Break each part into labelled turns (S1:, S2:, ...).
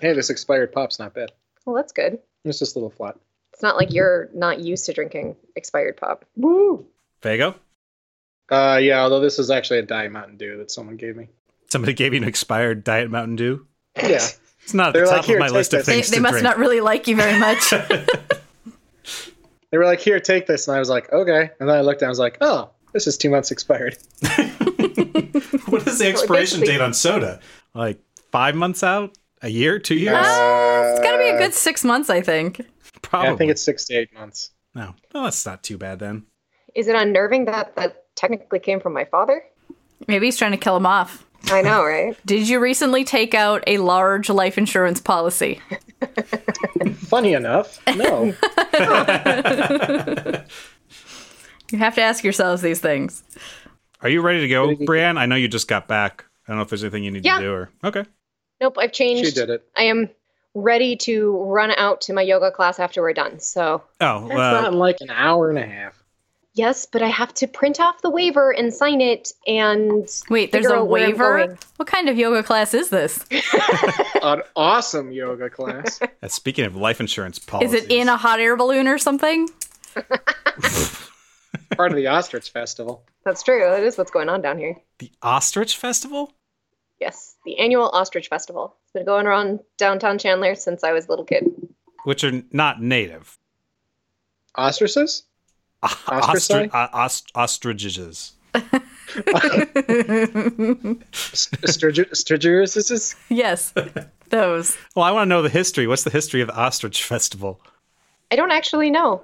S1: Hey, this expired pop's not bad.
S2: Well, that's good.
S1: It's just a little flat.
S2: It's not like you're not used to drinking expired pop.
S1: Woo!
S3: Vago?
S1: Uh, yeah, although this is actually a Diet Mountain Dew that someone gave me.
S3: Somebody gave you an expired Diet Mountain Dew?
S1: Yeah.
S3: It's not at
S1: They're
S3: the
S1: like,
S3: top
S1: "Here,
S3: of my
S1: take
S3: list of
S1: this."
S4: They,
S3: things
S4: they
S3: to
S4: must
S3: drink.
S4: not really like you very much.
S1: They were like, here, take this. And I was like, okay. And then I looked and I was like, oh, this is two months expired.
S3: what is the expiration
S2: basically-
S3: date on soda? Like five months out? A year? Two years?
S1: Ah,
S4: Uh, it's gotta be a good six months, I think.
S3: Probably.
S1: Yeah, I think it's six to eight months.
S3: no. Well, that's not too bad then.
S2: Is it unnerving that that technically came from my father?
S4: Maybe he's trying to kill him off.
S2: I know, right?
S4: Did you recently take out a large life insurance policy?
S1: Funny enough, no.
S4: You have to ask yourselves these things.
S3: Are you ready to go, Brienne? I know you just got back. I don't know if there's anything you need
S2: Yeah.
S3: to do or. Okay.
S2: Nope, I've changed.
S1: she did it.
S2: I am ready to run out to my yoga class after we're done. So,
S3: Oh,
S1: It's
S3: well.
S1: not in like an hour and a half.
S2: yes, but I have to print off the waiver and sign it and
S4: Wait, there's
S2: figure
S4: a
S2: out where I'm
S4: waiver?
S2: going.
S4: What kind of yoga class is this?
S1: An awesome yoga class.
S3: Uh, Speaking of life insurance
S4: Is
S3: policies,
S4: it in a hot air balloon or something?
S1: Part of the Ostrich Festival.
S2: That's true. That is what's going on down here.
S3: the ostrich festival?
S2: Yes, the annual Ostrich Festival. It's been going around downtown Chandler since I was a little kid.
S3: Which are not native.
S1: Ostriches? Ostracized?
S3: uh, ost- ostriches.
S1: Sturgis?
S4: Yes, those.
S3: Well, I want to know the history. What's the history of the ostrich festival?
S2: I don't actually know.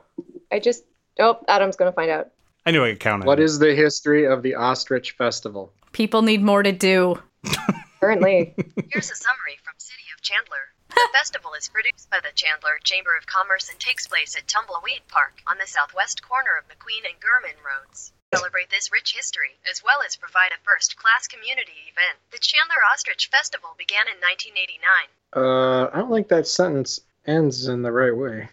S2: I just oh, Adam's gonna find out.
S3: I knew I could count on
S1: What
S3: you.
S1: is the history of the Ostrich Festival?
S4: People need more to do.
S2: Apparently,
S5: Here's a summary from City of Chandler. The festival is produced by the Chandler Chamber of Commerce and takes place at Tumbleweed Park on the southwest corner of McQueen and Gurman Roads. Celebrate this rich history, as well as provide a first class community event. The Chandler Ostrich Festival began in 1989.
S1: Uh, I don't think that sentence ends in the right way.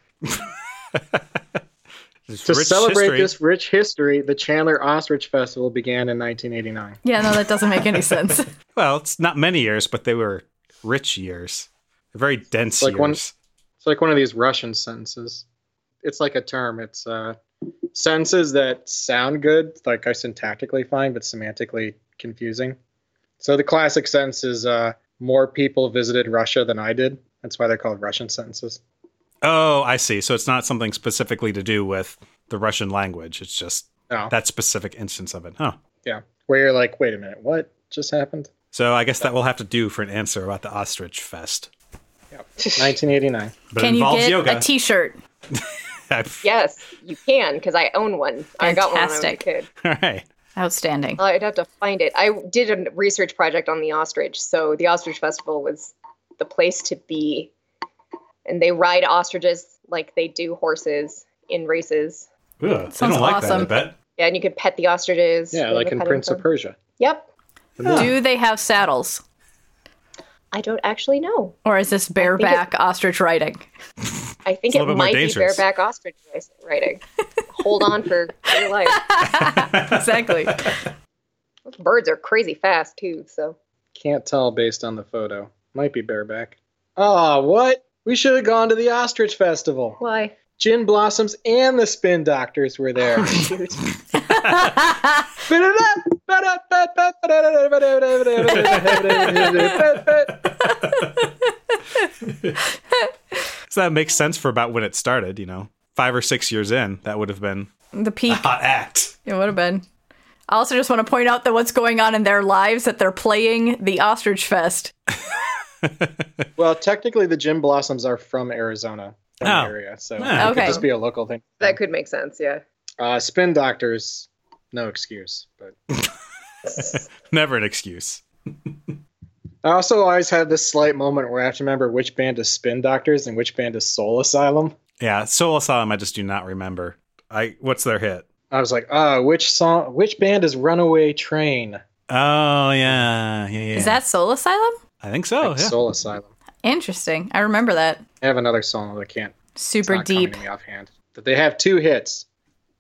S3: It's
S1: To
S3: rich
S1: celebrate
S3: history.
S1: this rich history, the Chandler Ostrich Festival began in 1989.
S4: Yeah, no, that doesn't make any sense.
S3: Well, it's not many years, but they were rich years. They're very dense
S1: Like
S3: years.
S1: one- It's like one of these Russian sentences. It's like a term. It's uh, sentences that sound good, like are syntactically fine, but semantically confusing. So the classic sentence is uh, more people visited Russia than I did. That's why they're called Russian sentences.
S3: Oh, I see. So it's not something specifically to do with the Russian language. It's just
S1: No.
S3: that specific instance of it. Huh.
S1: yeah. Where you're like, wait a minute, what just happened?
S3: So I guess that will have to do for an answer about the ostrich fest.
S1: 1989.
S3: But it
S4: Can you
S3: involves
S4: get
S3: yoga.
S4: a T-shirt?
S2: yes, you can because I own one. I got one when I was a
S4: Fantastic.
S2: kid.
S3: All right.
S4: Outstanding.
S2: I'd have to find it. I did a research project on the ostrich, so the Ostrich Festival was the place to be. And they ride ostriches like they do horses in races.
S3: Ugh, they
S4: Sounds
S3: don't like
S4: awesome.
S3: that, I bet.
S2: Yeah, and you could pet the ostriches.
S1: Yeah,
S2: They
S1: like
S2: were
S1: in
S2: petting
S1: Prince of
S2: them.
S1: Persia.
S2: Yep.
S3: Oh.
S4: Do they have saddles,
S2: I don't actually know.
S4: or is this bareback ostrich riding?
S2: I think
S3: It's a
S2: it
S3: little bit more
S2: might be
S3: dangerous.
S2: bareback ostrich riding. Hold on for your life.
S4: Exactly.
S2: Those birds are crazy fast too, so
S1: Can't tell based on the photo. Might be bareback. Ah, what? We should have gone to the Ostrich Festival.
S2: why?
S1: Gin Blossoms and the Spin Doctors were there.
S3: So that makes sense for about when it started, you know. Five or six years in, that would have been
S4: the peak.
S3: hot act.
S4: It would have been. I also just want to point out that what's going on in their lives that they're playing the ostrich fest.
S1: well, technically, the Gin Blossoms are from Arizona, from
S3: Oh.
S1: the area, so
S3: Ah,
S1: it could
S4: okay.
S1: just be a local thing.
S2: That could make sense, yeah.
S1: Uh, spin Doctors, no excuse. But
S3: Never an excuse.
S1: I also always have this slight moment where I have to remember which band is Spin Doctors and which band is Soul Asylum.
S3: Yeah, Soul Asylum, I just do not remember. I what's their hit?
S1: I was like, uh, which song? Which band is Runaway Train?
S3: Oh yeah, yeah, yeah.
S4: Is that Soul Asylum?
S3: I think so.
S1: Like
S3: Oh, yeah.
S1: Soul Asylum.
S4: Interesting. I remember that.
S1: I have another song that I can't it's
S4: Super
S1: not coming
S4: deep.
S1: to me offhand. But they have two hits.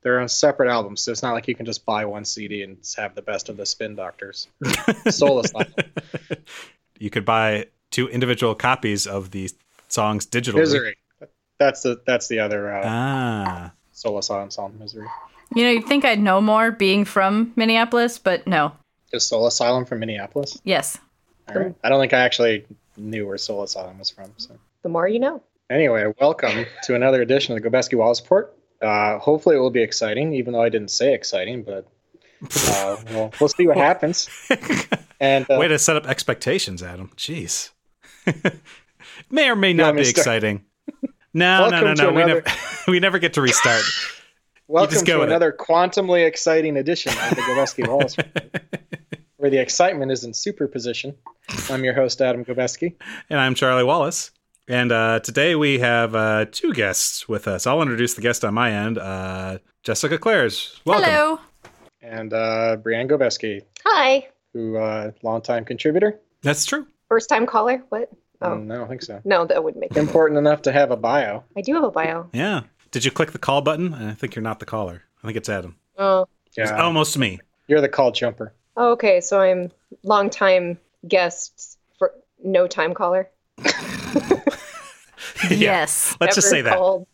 S1: They're on separate albums, so it's not like you can just buy one CD and have the best of the Spin Doctors. Soul Asylum.
S3: you could buy to individual copies of the songs digitally.
S1: Misery. That's the that's the other uh,
S3: Ah.
S1: solo song song Misery.
S4: You know, you'd think I'd know more being from Minneapolis, but no.
S1: Is Soul Asylum from Minneapolis?
S4: Yes.
S1: All right. I don't think I actually knew where Soul Asylum was from. So.
S2: The more you know.
S1: Anyway, welcome to another edition of the Gobeski Wallace Report. Uh, hopefully, it will be exciting, even though I didn't say exciting, but uh, we'll, we'll see what happens. And uh,
S3: Way to set up expectations, Adam. Jeez. may or may not
S1: want me
S3: be
S1: to start?
S3: exciting. No, no, no,
S1: Welcome to
S3: no. We
S1: another-
S3: never, we never get to restart.
S1: welcome
S3: just go
S1: to
S3: with it.
S1: another quantumly exciting edition of the Gobeski Wallace Report, where the excitement is in superposition. I'm your host, Adam Gobeski.
S3: and I'm Charlie Wallace. And uh, today we have uh, two guests with us. I'll introduce the guest on my end. Uh, Jessica Clares, welcome.
S4: Hello.
S1: and uh, Brianne Gobeski,
S2: Hi.
S1: who uh, longtime contributor.
S3: That's true.
S2: First time caller? What? Oh.
S1: Um, I don't think so.
S2: No, that wouldn't make sense.
S1: Important enough to have a bio.
S2: I do have a bio.
S3: Yeah. Did you click the call button? I think you're not the caller. I think it's Adam.
S2: Oh.
S3: It's
S1: Yeah,
S3: almost me.
S1: you're the call jumper.
S2: Oh, okay. So I'm long time guest for no time caller.
S3: Yeah.
S4: Yes.
S3: Let's just
S2: Ever
S3: say that.
S2: called.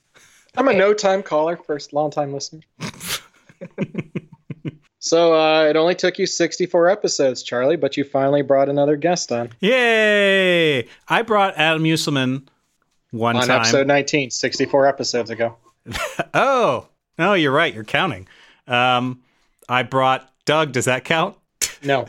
S1: I'm
S2: Okay.
S1: a no time caller, first long time listener. so uh, it only took you 64 episodes, Charlie, but you finally brought another guest on
S3: Yay! I brought Adam Musselman one
S1: on
S3: time.
S1: episode 19, 64 episodes ago.
S3: Oh, no, you're right. You're counting. Um, I brought Doug. Does that count?
S1: No,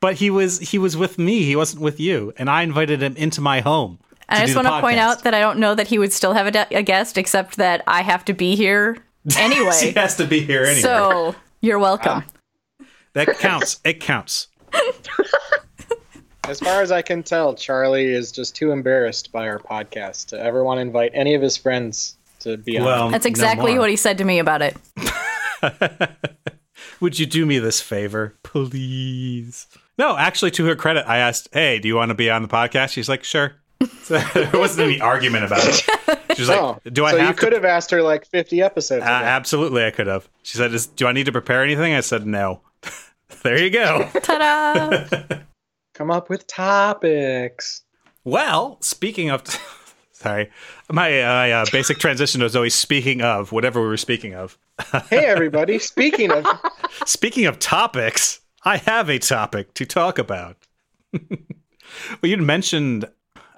S3: But he was he was with me. He wasn't with you, and I invited him into my home.
S4: And I
S3: do
S4: just
S3: the
S4: want to point
S3: podcast.
S4: out that I don't know that he would still have a, de- a guest, except that I have to be here
S3: He
S4: anyway.
S3: has to be here anyway.
S4: So you're welcome.
S3: Ah, That counts. It counts.
S1: as far as I can tell, Charlie is just too embarrassed by our podcast to ever want to invite any of his friends to be on.
S3: Well,
S4: That's exactly what he said to me about it.
S3: Would you do me this favor, please? No, actually, to her credit, I asked, "Hey, do you want to be on the podcast?" She's like, "Sure." So there wasn't any argument about it. She's like,
S1: Oh,
S3: "Do I
S1: so
S3: have
S1: you
S3: to
S1: could have asked her like 50 episodes
S3: Uh,
S1: ago.
S3: absolutely, I could have. She said, Is, "Do I need to prepare anything?" I said, "No." there you go.
S4: Ta-da!
S1: Come up with topics.
S3: well, speaking of, sorry, my uh, my, uh, basic transition was always speaking of whatever we were speaking of.
S1: Hey, everybody. Speaking of,
S3: Speaking of topics, I have a topic to talk about. well, you'd mentioned,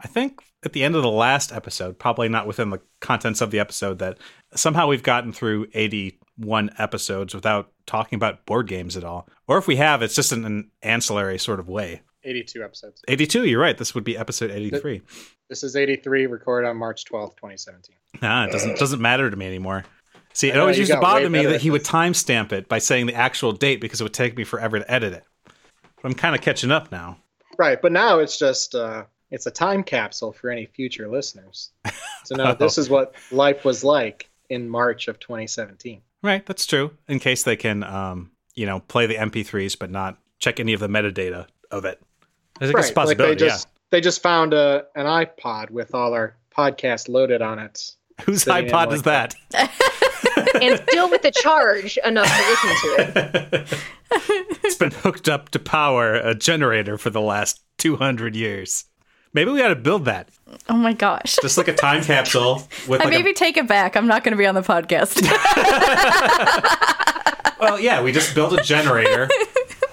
S3: I think, at the end of the last episode, probably not within the contents of the episode, that somehow we've gotten through 81 episodes without talking about board games at all. Or if we have, it's just in an ancillary sort of way.
S1: 82 episodes.
S3: 82, you're right. This would be episode 83.
S1: This is 83, recorded on March 12th, 2017.
S3: Nah, it doesn't doesn't matter to me anymore. See, it
S1: know,
S3: always
S1: you
S3: used to
S1: got way
S3: bother me
S1: better
S3: that
S1: at
S3: he would
S1: this.
S3: timestamp it by saying the actual date because it would take me forever to edit it. But I'm kind of catching up now.
S1: Right, but now it's just uh, it's a time capsule for any future listeners to know this is what life was like in March of 2017.
S3: Right, that's true. In case they can, um, you know, play the MP3s but not check any of the metadata of it. I think it's a
S1: right, like they
S3: possibility.
S1: just they just found a, an iPod with all our podcasts loaded on it.
S3: yeah. Whose
S1: sitting in
S3: iPod
S1: like
S3: is that?
S2: And still with the charge enough to listen to it.
S3: it's been hooked up to power a generator for the last 200 years. Maybe we ought to build that.
S4: Oh my gosh.
S3: Just like a time capsule with
S4: I
S3: like a
S4: maybe take it back. I'm not going to be on the podcast.
S3: Well, yeah, we just built a generator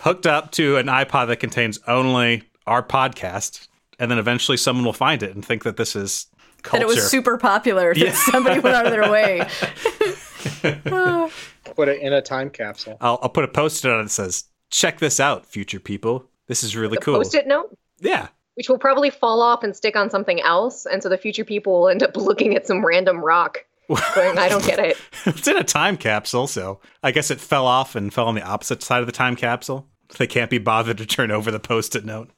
S3: hooked up to an iPod that contains only our podcast, and then eventually someone will find it and think that this is
S4: that
S3: culture.
S4: it was super popular. That somebody went out of their way.
S1: Put it in a time capsule.
S3: I'll, I'll put a post-it on it that says, "Check this out, future people. This is really cool."
S2: Post-it note,
S3: Yeah,
S2: which will probably fall off and stick on something else, and so the future people will end up looking at some random rock, going, "I don't get it."
S3: it's in a time capsule, so I guess it fell off and fell on the opposite side of the time capsule. They can't be bothered to turn over the post-it note.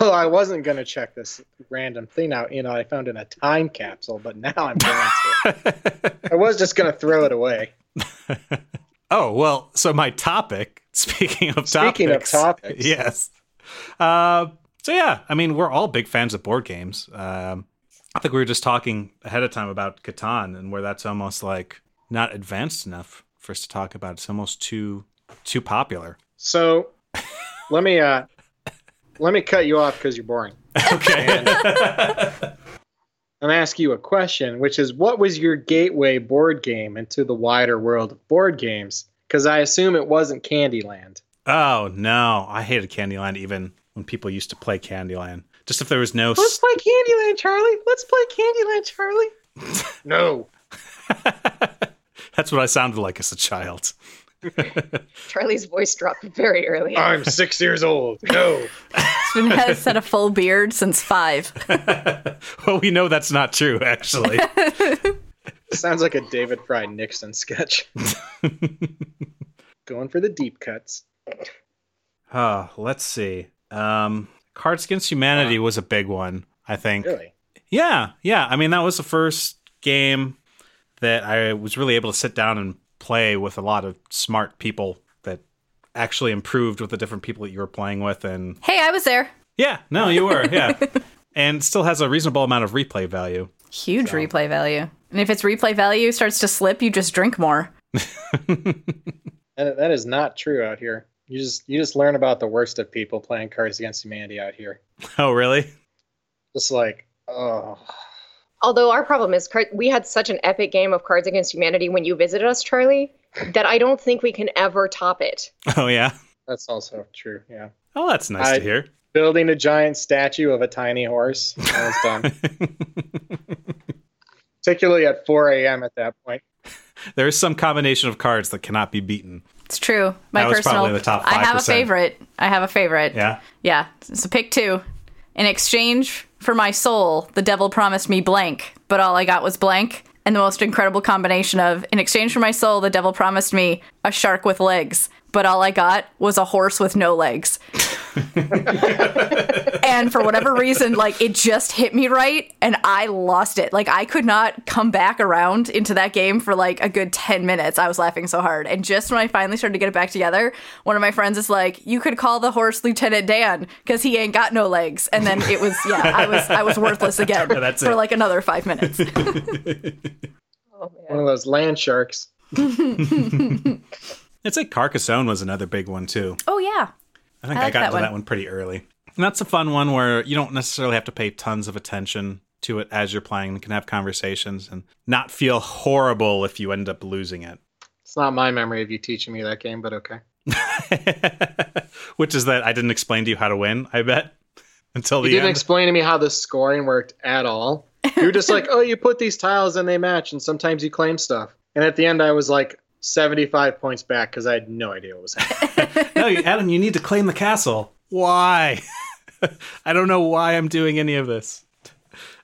S1: Well, I wasn't gonna check this random thing out, you know, I found in a time capsule, but now I'm going to. I was just gonna throw it away.
S3: Oh well, so my topic. Speaking of
S1: Speaking of
S3: topics,
S1: topics.
S3: yes. Uh, so yeah, I mean, we're all big fans of board games. Um, I think we were just talking ahead of time about Catan and where that's almost like not advanced enough for us to talk about. It's almost too too popular.
S1: So let me uh let me cut you off because you're boring.
S3: Okay.
S1: I'm gonna ask you a question, which is, what was your gateway board game into the wider world of board games? Because I assume it wasn't Candyland.
S3: oh no, I hated Candyland even when people used to play Candyland. Just if there was no
S1: Let's
S3: s-
S1: play Candyland, Charlie. Let's play Candyland, Charlie. no.
S3: That's what I sounded like as a child.
S2: Charlie's voice dropped very early.
S1: I'm six years old. No.
S4: Spoon has had a full beard since five.
S3: Well, we know that's not true actually.
S1: Sounds like a David Fry Nixon sketch. Going for the deep cuts.
S3: oh, let's see. Um Cards Against Humanity was a big one, I think.
S1: Really?
S3: Yeah, yeah. I mean, that was the first game that I was really able to sit down and play with a lot of smart people that actually improved with the different people that you were playing with. And
S4: Hey, I was there.
S3: yeah, no, you were, yeah. And still has a reasonable amount of replay value.
S4: Huge replay value. And if its replay value starts to slip, you just drink more.
S1: That, that is not true out here. You just you just learn about the worst of people playing Cards Against Humanity out here.
S3: Oh, really?
S1: Just like, oh,
S2: Although our problem is, card- we had such an epic game of Cards Against Humanity when you visited us, Charlie, that I don't think we can ever top it.
S3: Oh, yeah.
S1: that's also true. Yeah.
S3: Oh, that's nice
S1: I-
S3: to hear.
S1: Building a giant statue of a tiny horse. I was done. Particularly at 4 a.m. at that point.
S3: There is some combination of cards that cannot be beaten.
S4: It's true. My
S3: That was
S4: personal.
S3: probably the top
S4: I have a
S3: 5%.
S4: favorite. I have a favorite.
S3: Yeah.
S4: Yeah. So pick two. In exchange for my soul, the devil promised me blank, but all I got was blank. And the most incredible combination of, in exchange for my soul, the devil promised me a shark with legs, but all I got was a horse with no legs. and for whatever reason, like it just hit me right and I lost it. Like I could not come back around into that game for like a good 10 minutes. I was laughing so hard. And just when I finally started to get it back together, one of my friends is like, "You could call the horse Lieutenant Dan cuz he ain't got no legs." And then it was yeah, I was I was worthless again
S3: That's
S4: for
S3: it.
S4: like another 5 minutes.
S2: Oh,
S1: One of those land sharks.
S3: It's like Carcassonne was another big one, too.
S4: oh yeah.
S3: I think
S4: I
S3: I,
S4: like
S3: got
S4: that
S3: into
S4: one.
S3: that one pretty early. And that's a fun one where you don't necessarily have to pay tons of attention to it as you're playing and can have conversations and not feel horrible if you end up losing it.
S1: It's not my memory of you teaching me that game, but okay.
S3: Which is that I didn't explain to you how to win, I bet. Until the
S1: You didn't
S3: end.
S1: explain to me how the scoring worked at all. You were just like, oh, you put these tiles and they match, and sometimes you claim stuff. And at the end, I was like 75 points back because I had no idea what was happening.
S3: no, you- Adam, you need to claim the castle. Why? I don't know why I'm doing any of this.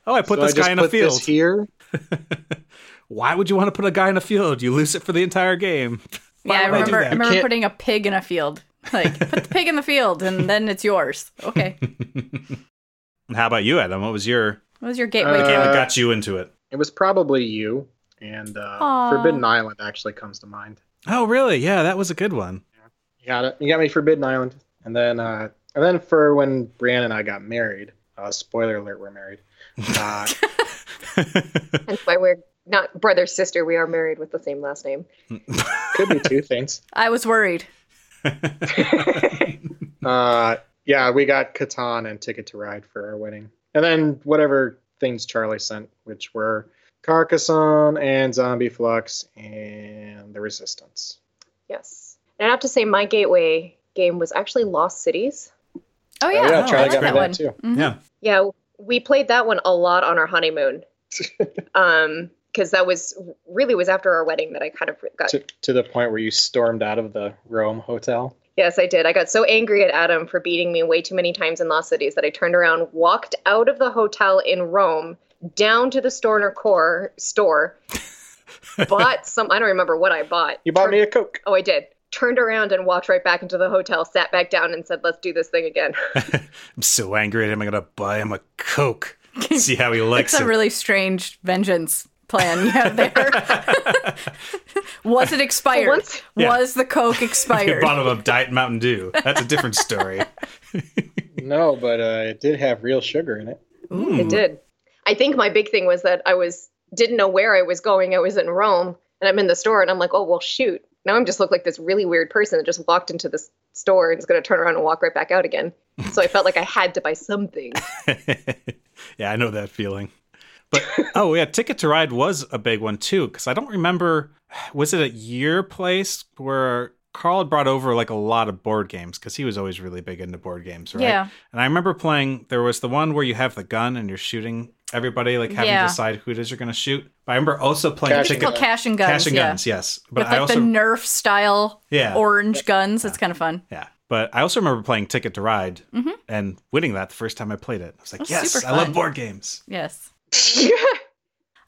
S3: Oh, I put
S1: So I
S3: this
S1: just
S3: guy in a
S1: put this
S3: field.
S1: here.
S3: Why would you want to put a guy in a field? You lose it for the entire game.
S4: yeah, I
S3: would I do
S4: remember I,
S3: that? You
S4: remember
S1: can't-
S4: putting a pig in a field. Like, put the pig in the field and then it's yours. Okay.
S3: And how about you, Adam? What was your
S4: What was your gateway
S1: Uh,
S3: game
S4: drug?
S3: that got you into it?
S1: It was probably you. And uh,
S4: Aw.
S1: Forbidden Island actually comes to mind.
S3: Oh, really? Yeah, that was a good one.
S1: You got it. You got me Forbidden Island, and then uh, and then for when Brianna and I got married. Uh, spoiler alert: we're married. Uh,
S2: That's why we're not brother sister. We are married with the same last name.
S1: could be two things.
S4: I was worried.
S1: Uh, yeah, we got Catan and Ticket to Ride for our wedding, and then whatever things Charlie sent, which were Carcassonne and Zombie Flux and the Resistance.
S2: Yes. And I have to say, my gateway game was actually Lost Cities.
S1: Oh,
S4: Oh yeah, I
S1: yeah,
S4: like
S1: Charlie got me that
S4: that one.
S1: too.
S4: Mhm.
S3: Yeah.
S2: Yeah, we played that one a lot on our honeymoon. um, because that was really was after our wedding that I kind of got
S1: To, to the point where you stormed out of the Rome hotel.
S2: Yes, I did. I got so angry at Adam for beating me way too many times in Lost Cities that I turned around, walked out of the hotel in Rome, down to the Storner Core store, bought some. I don't remember what I bought.
S1: You bought me a Coke.
S2: Oh, I did. Turned around and walked right back into the hotel, sat back down, and said, "Let's do this thing again."
S3: I'm so angry at him. I'm going to buy him a Coke. See how he likes
S4: It's
S3: it.
S4: a really strange vengeance plan you have there. Was it expired?
S2: Once-
S4: Was the Coke
S3: You
S4: expired?
S3: bought him a Diet Mountain Dew. That's a different story.
S1: No, but uh, it did have real sugar in it.
S2: It did. I think my big thing was that I was didn't know where I was going. I was in Rome, and I'm in the store, and I'm like, "Oh well, shoot." Now I'm just look like this really weird person that just walked into this store and is going to turn around and walk right back out again. so I felt like I had to buy something.
S3: yeah, I know that feeling. But oh yeah, Ticket to Ride was a big one too because I don't remember. Was it at your place where Carl had brought over like a lot of board games because he was always really big into board games, right?
S4: Yeah.
S3: And I remember playing. There was the one where you have the gun and you're shooting everybody, like having
S4: Yeah.
S3: to decide who it is you're going to shoot. But I remember also playing
S1: Cash
S4: It's
S1: and
S3: Ticket
S4: called Cash and Guns.
S3: Cash and
S4: yeah.
S3: Guns. Yes, but
S4: With
S3: I
S4: like
S3: also
S4: the Nerf style
S3: Yeah.
S4: orange guns. It's kind of fun.
S3: Yeah. But I also remember playing Ticket to Ride and winning that the first time I played it. I was like,
S4: That's
S3: yes,
S4: Mm-hmm. super
S3: I love
S4: fun.
S3: board games.
S4: Yes.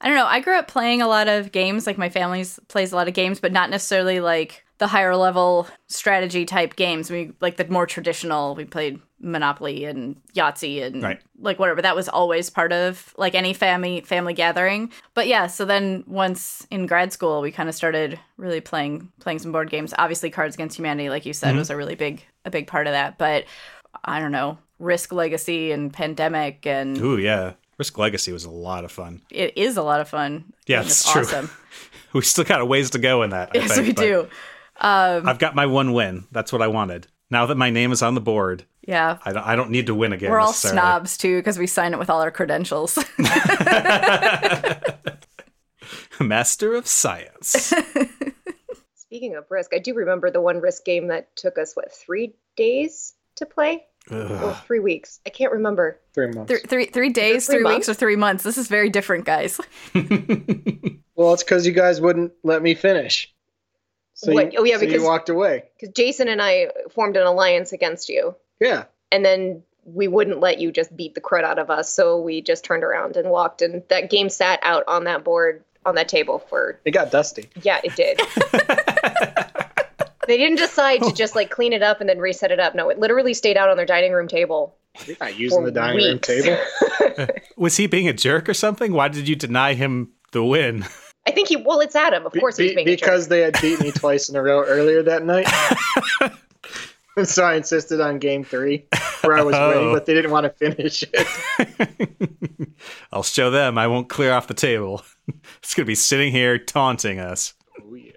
S4: I don't know. I grew up playing a lot of games. Like my family plays a lot of games, but not necessarily like the higher level strategy type games. We like the more traditional. We played Monopoly and Yahtzee and
S3: Right.
S4: like whatever. That was always part of like any family family gathering. But yeah, so then once in grad school, we kind of started really playing playing some board games. Obviously, Cards Against Humanity, like you said,
S3: Mm-hmm.
S4: was a really big a big part of that. But I don't know, Risk Legacy and Pandemic and
S3: Ooh, yeah. Risk Legacy was a lot of fun.
S4: it is a lot of fun.
S3: Yeah,
S4: And it's
S3: that's true.
S4: Awesome.
S3: We still got a ways to go in that. I
S4: Yes,
S3: think,
S4: we
S3: but
S4: do.
S3: I've got my one win. That's what I wanted. Now that my name is on the board,
S4: Yeah.
S3: I don't, I don't need to win again.
S4: We're all
S3: necessarily.
S4: snobs too because we sign it with all our credentials.
S3: Master of Science.
S2: Speaking of risk, I do remember the one risk game that took us what three days to play or
S3: Ugh.
S2: three weeks. I can't remember.
S1: Three months.
S4: three, three, three days,
S2: three
S4: three
S2: months?
S4: weeks, or three months. This is very different, guys.
S1: Well, it's because you guys wouldn't let me finish. So
S2: What?
S1: You,
S2: Oh, yeah,
S1: so you
S2: because-
S1: walked away.
S2: Because Jason and I formed an alliance against you,
S1: Yeah.
S2: and then we wouldn't let you just beat the crud out of us. So we just turned around and walked, and that game sat out on that board on that table for
S1: It got dusty.
S2: yeah, it did. they didn't decide to just like clean it up and then reset it up. No, it literally stayed out on their dining room table.
S1: You're not using
S2: For
S1: the dining room
S2: weeks.
S1: table.
S3: Was he being a jerk or something? Why did you deny him the win?
S2: I think he. Well, it's Adam. Of course,
S1: Be-
S2: he's being a jerk.
S1: because they had beat me twice in a row earlier that night. And so I insisted on game three, where I was winning,
S3: Oh.
S1: but they didn't want to finish it.
S3: I'll show them. I won't clear off the table. it's going to be sitting here taunting us.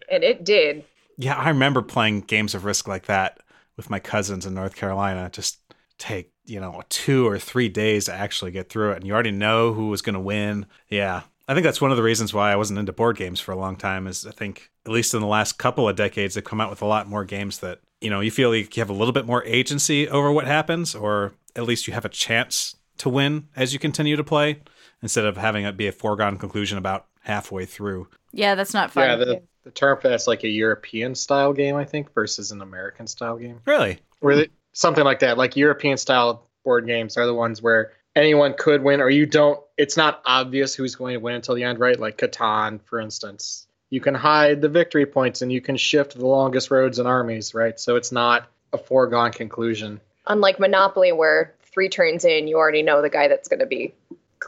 S2: and it did.
S3: Yeah, I remember playing games of risk like that with my cousins in North Carolina. Just take, you know, two or three days to actually get through it. And you already know who was going to win. Yeah. I think that's one of the reasons why I wasn't into board games for a long time is I think at least in the last couple of decades they've come out with a lot more games that, you know, you feel like you have a little bit more agency over what happens or at least you have a chance to win as you continue to play instead of having it be a foregone conclusion about halfway through.
S4: Yeah, that's not fun.
S1: Yeah, the, the term for that's like a European style game, I think, versus an American style game.
S3: Really?
S1: Or the- something like that. Like European style board games are the ones where anyone could win, or you don't, it's not obvious who's going to win until the end, right? Like Catan, for instance. You can hide the victory points and you can shift the longest roads and armies, right? So it's not a foregone conclusion.
S2: Unlike Monopoly, where three turns in, you already know the guy that's going to be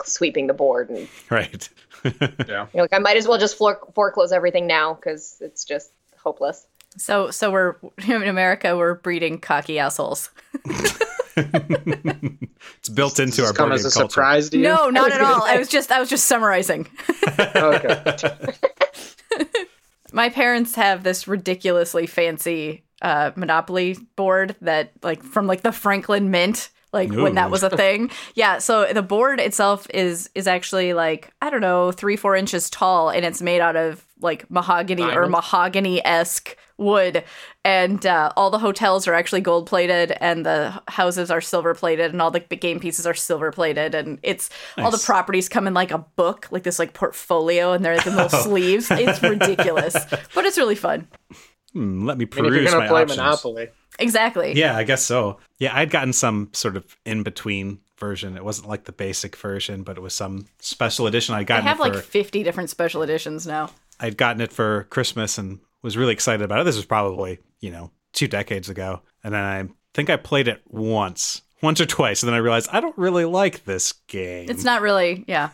S2: sweeping the board, and
S3: Right.
S1: Yeah.
S2: you're like, I might as well just floor- foreclose everything now because it's just hopeless.
S4: so, so we're in America, we're breeding cocky assholes.
S3: It's built into
S1: Does
S3: our
S1: this come
S3: board
S1: as
S3: game
S1: a
S3: culture.
S1: surprise to you?
S4: No, not
S2: was
S4: at
S2: gonna
S4: all. I
S2: say.
S4: was just, I was just summarizing.
S1: okay.
S4: my parents have this ridiculously fancy uh, Monopoly board that, like, from like the Franklin Mint, like when
S3: Ooh.
S4: that was a thing. Yeah, so the board itself is is actually like I don't know three four inches tall, and it's made out of like mahogany or
S1: Diamond?
S4: mahogany esque wood, and uh, all the hotels are actually gold plated, and the houses are silver plated, and all the big game pieces are silver plated, and it's all the
S3: Nice.
S4: properties come in like a book, like this like portfolio, and they're like in little sleeves. It's ridiculous, but it's really fun.
S3: Hmm, let me
S1: I mean, if
S3: peruse
S1: you're going
S3: my
S1: to play
S3: options.
S1: Monopoly,
S4: Exactly.
S3: Yeah, I guess so. Yeah, I'd gotten some sort of in between version. It wasn't like the basic version, but it was some special edition. I'd
S4: I
S3: gotten
S4: have
S3: it
S4: like
S3: for
S4: 50 different special editions now.
S3: I'd gotten it for Christmas and was really excited about it. This was probably you know two decades ago, and then I think I played it once, once or twice, and then I realized I don't really like this game.
S4: It's not really, yeah.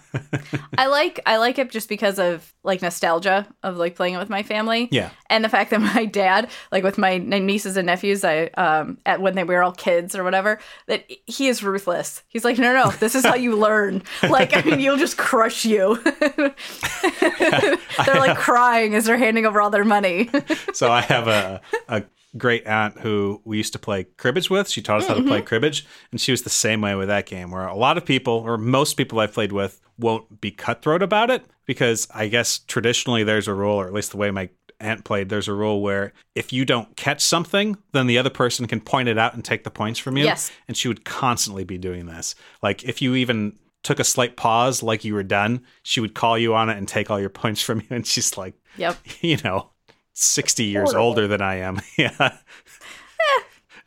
S4: I like I like it just because of like nostalgia of like playing it with my family.
S3: Yeah.
S4: And the fact that my dad, like with my n- nieces and nephews, I um at when they we were all kids or whatever, that he is ruthless. He's like, no, no, no, this is how you learn. Like, I mean, you'll just crush you. They're like crying as they're handing over all their money.
S3: so I have a, a great aunt who we used to play cribbage with. She taught us how to play cribbage, and she was the same way with that game. Where a lot of people, or most people I've played with, won't be cutthroat about it because I guess traditionally there's a rule, or at least the way my aunt played, there's a rule where if you don't catch something, then the other person can point it out and take the points from you.
S4: Yes.
S3: And she would constantly be doing this. Like if you even took a slight pause, like you were done, she would call you on it and take all your points from you. And she's like,
S4: Yep.
S3: you know, 60 years older than I am.
S4: Eh.
S3: yeah.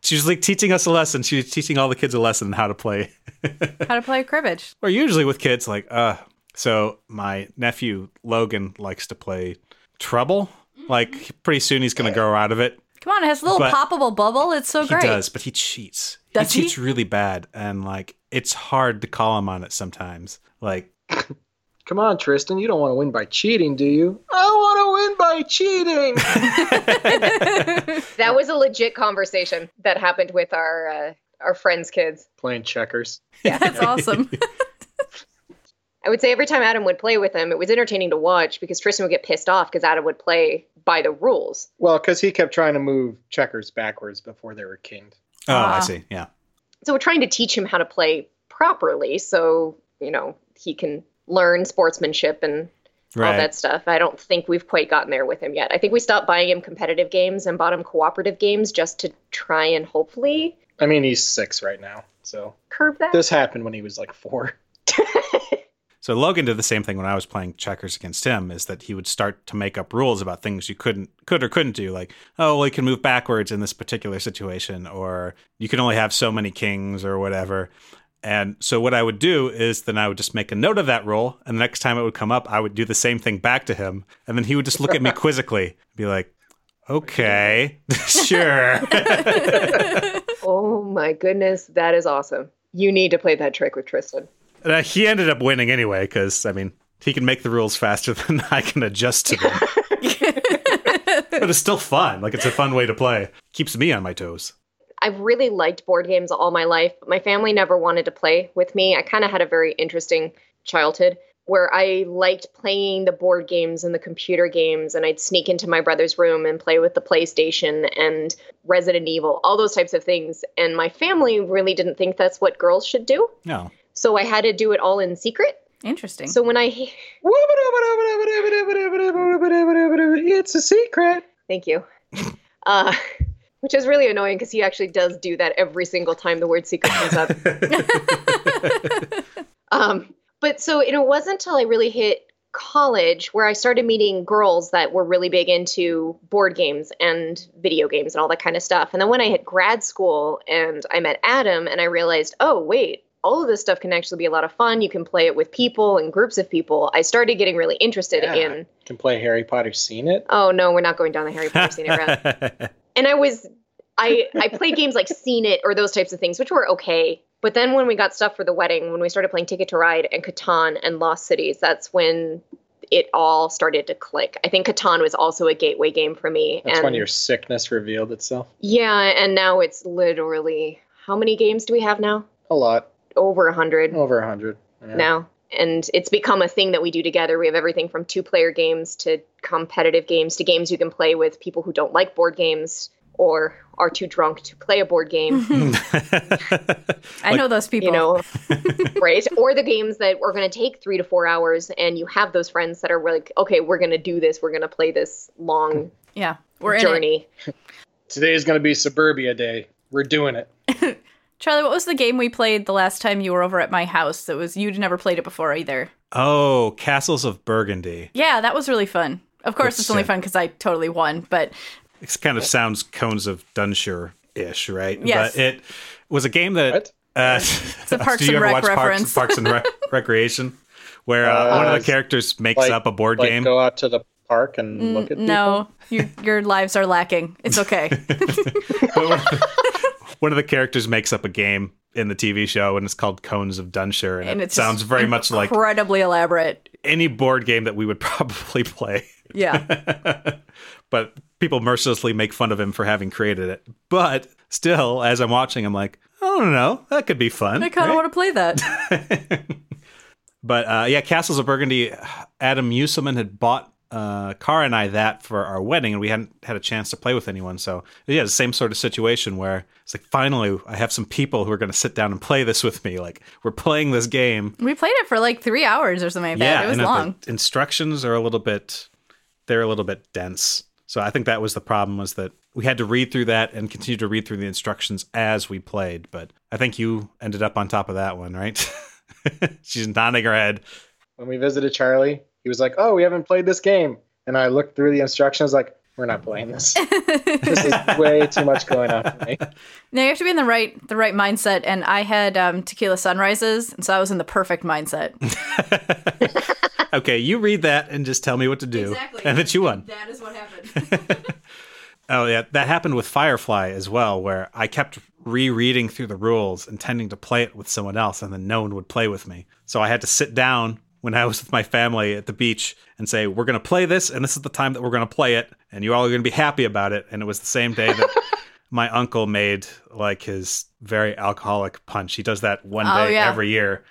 S3: She was like teaching us a lesson. She was teaching all the kids a lesson on how to play.
S4: How to play cribbage.
S3: Or usually with kids, like, uh. So my nephew Logan likes to play Trouble.
S4: Mm-hmm.
S3: Like pretty soon he's gonna grow out of it.
S4: Come on, it has a little
S3: But-
S4: poppable bubble. It's so
S3: He
S4: Oh, great.
S3: does, but he cheats.
S4: Does he?
S3: cheats really bad, and like it's hard to call him on it sometimes. Like
S1: Come on, Tristan. You don't want to win by cheating, do you? I want to win by cheating.
S2: That was a legit conversation that happened with our uh, our friends' kids.
S1: Playing checkers.
S4: That's awesome.
S2: I would say every time Adam would play with him, it was entertaining to watch because Tristan would get pissed off because Adam would play by the rules.
S1: Well, because he kept trying to move checkers backwards before they were kinged.
S3: oh, I
S4: Ah.
S3: see. Yeah.
S2: So we're trying to teach him how to play properly so, you know, he can learn sportsmanship and all
S4: Oh,
S3: Right.
S2: that stuff. I don't think we've quite gotten there with him yet. I think we stopped buying him competitive games and bought him cooperative games just to try and hopefully
S1: I mean, he's six right now, so
S2: curb that.
S1: this happened when he was like four.
S3: So Logan did the same thing when I was playing checkers against him is that he would start to make up rules about things you couldn't could or couldn't do like oh well you can move backwards in this particular situation or you can only have so many kings or whatever. And so what I would do is then I would just make a note of that rule and the next time it would come up I would do the same thing back to him and then he would just look at me quizzically and be like okay sure
S2: Oh my goodness, that is awesome. You need to play that trick with Tristan.
S3: And, uh, he ended up winning anyway because I mean he can make the rules faster than I can adjust to them. but it's still fun. Like it's a fun way to play. Keeps me on my toes.
S2: I've really liked board games all my life, but my family never wanted to play with me. I kind of had a very interesting childhood where I liked playing the board games and the computer games, and I'd sneak into my brother's room and play with the PlayStation and Resident Evil, all those types of things. And my family really didn't think that's what girls should do.
S3: No.
S2: So I had to do it all in secret.
S4: Interesting.
S2: So when I
S1: It's a secret.
S2: Thank you. Uh, which is really annoying because he actually does do that every single time the word secret comes up. um, but so and it wasn't until I really hit college where I started meeting girls that were really big into board games and video games and all that kind of stuff. And then when I hit grad school and I met Adam and I realized, oh, wait, all of this stuff can actually be a lot of fun. You can play it with people and groups of people. I started getting really interested
S1: Yeah.
S2: in,
S1: Can play Harry Potter. Seen it?
S2: oh, no, we're not going down the Harry Potter scene route and I was I I played games like Seen It or those types of things, which were okay. But then when we got stuff for the wedding, when we started playing Ticket to Ride and Catan and Lost Cities, that's when it all started to click. I think Catan was also a gateway game for me.
S1: That's
S2: and
S1: when your sickness revealed itself.
S2: Yeah, and now it's literally how many games do we have now?
S1: A lot,
S2: Over a hundred
S1: over a hundred. Oh, Yeah.
S2: now. And it's become a thing that we do together. We have everything from two player games to competitive games to games you can play with people who don't like board games or are too drunk to play a board game.
S4: I know those people.
S2: you know, right? Or the games that are going to take three to four hours, and you have those friends that are like, okay, we're going to do this, we're going to play this long
S4: yeah. We're in it.
S2: journey.
S1: Today is going to be Suburbia Day. We're doing it.
S4: Charlie, what was the game we played the last time you were over at my house? That was you'd never played it before either.
S3: oh, Castles of Burgundy.
S4: Yeah, that was really fun. Of course,
S3: That's
S4: it's only
S3: sick.
S4: fun because I totally won, but
S3: It kind of sounds cones of Dunshire ish, right?
S4: Yes.
S3: But it was a game that
S1: What?
S3: Uh,
S4: a Parks
S3: did you
S4: and
S3: ever
S4: Rec
S3: watch
S4: reference.
S3: Parks, Parks and Rec- Recreation, where uh,
S1: Uh,
S3: one of the characters makes
S1: like-
S3: up a board
S1: like
S3: game?
S1: go out to the park and
S2: Mm,
S1: look at
S4: no, your your lives are lacking. It's okay.
S3: But one, of the, one of the characters makes up a game in the TV show, and it's called Cones of Dunshire, and,
S4: And
S3: it
S4: it's just
S3: sounds very much like
S4: Incredibly elaborate.
S3: any board game that we would probably play.
S4: Yeah.
S3: but people mercilessly make fun of him for having created it. But still, as I'm watching, I'm like, I don't know, that could be fun.
S4: I
S3: right?
S4: kind of want to play that.
S3: But uh, yeah, Castles of Burgundy. Adam Uselman had bought uh, Cara and I that for our wedding, and we hadn't had a chance to play with anyone. So yeah, the same sort of situation where it's like finally I have some people who are going to sit down and play this with me. Like we're playing this game.
S4: We played it for like three hours or something like that. It was
S3: and the
S4: long.
S3: instructions are a little bit they're a little bit dense. So I think that was the problem was that we had to read through that and continue to read through the instructions as we played. But I think you ended up on top of that one, right? She's nodding her head.
S1: When we visited Charlie, he was like, "Oh, we haven't played this game," and I looked through the instructions like, "We're not playing this. this is way too much going on for me."
S4: Now you have to be in the right the right mindset. And I had um, tequila sunrises, and so I was in the perfect mindset.
S3: Okay, you read that and just tell me what to do. And that you won.
S4: That is what happened.
S3: Oh yeah, that happened with Firefly as well, where I kept rereading through the rules, intending to play it with someone else, and then no one would play with me. So I had to sit down when I was with my family at the beach and say, "We're going to play this, and this is the time that we're going to play it, and you all are going to be happy about it." And it was the same day that my uncle made like his very alcoholic punch. He does that one
S4: Oh,
S3: day
S4: yeah.
S3: every year,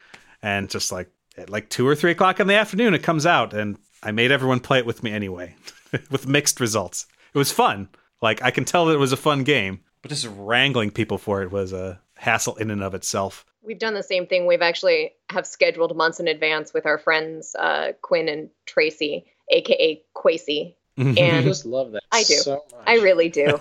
S3: and just like at like two or three o'clock in the afternoon, it comes out, and I made everyone play it with me anyway, with mixed results. It was fun. Like I can tell that it was a fun game, but just wrangling people for it was a hassle in and of itself.
S2: We've done the same thing. We've actually have scheduled months in advance with our friends uh, Quinn and Tracy, aka Quacy.
S1: I
S2: And
S1: just love that.
S2: I do.
S1: So much.
S2: I really do.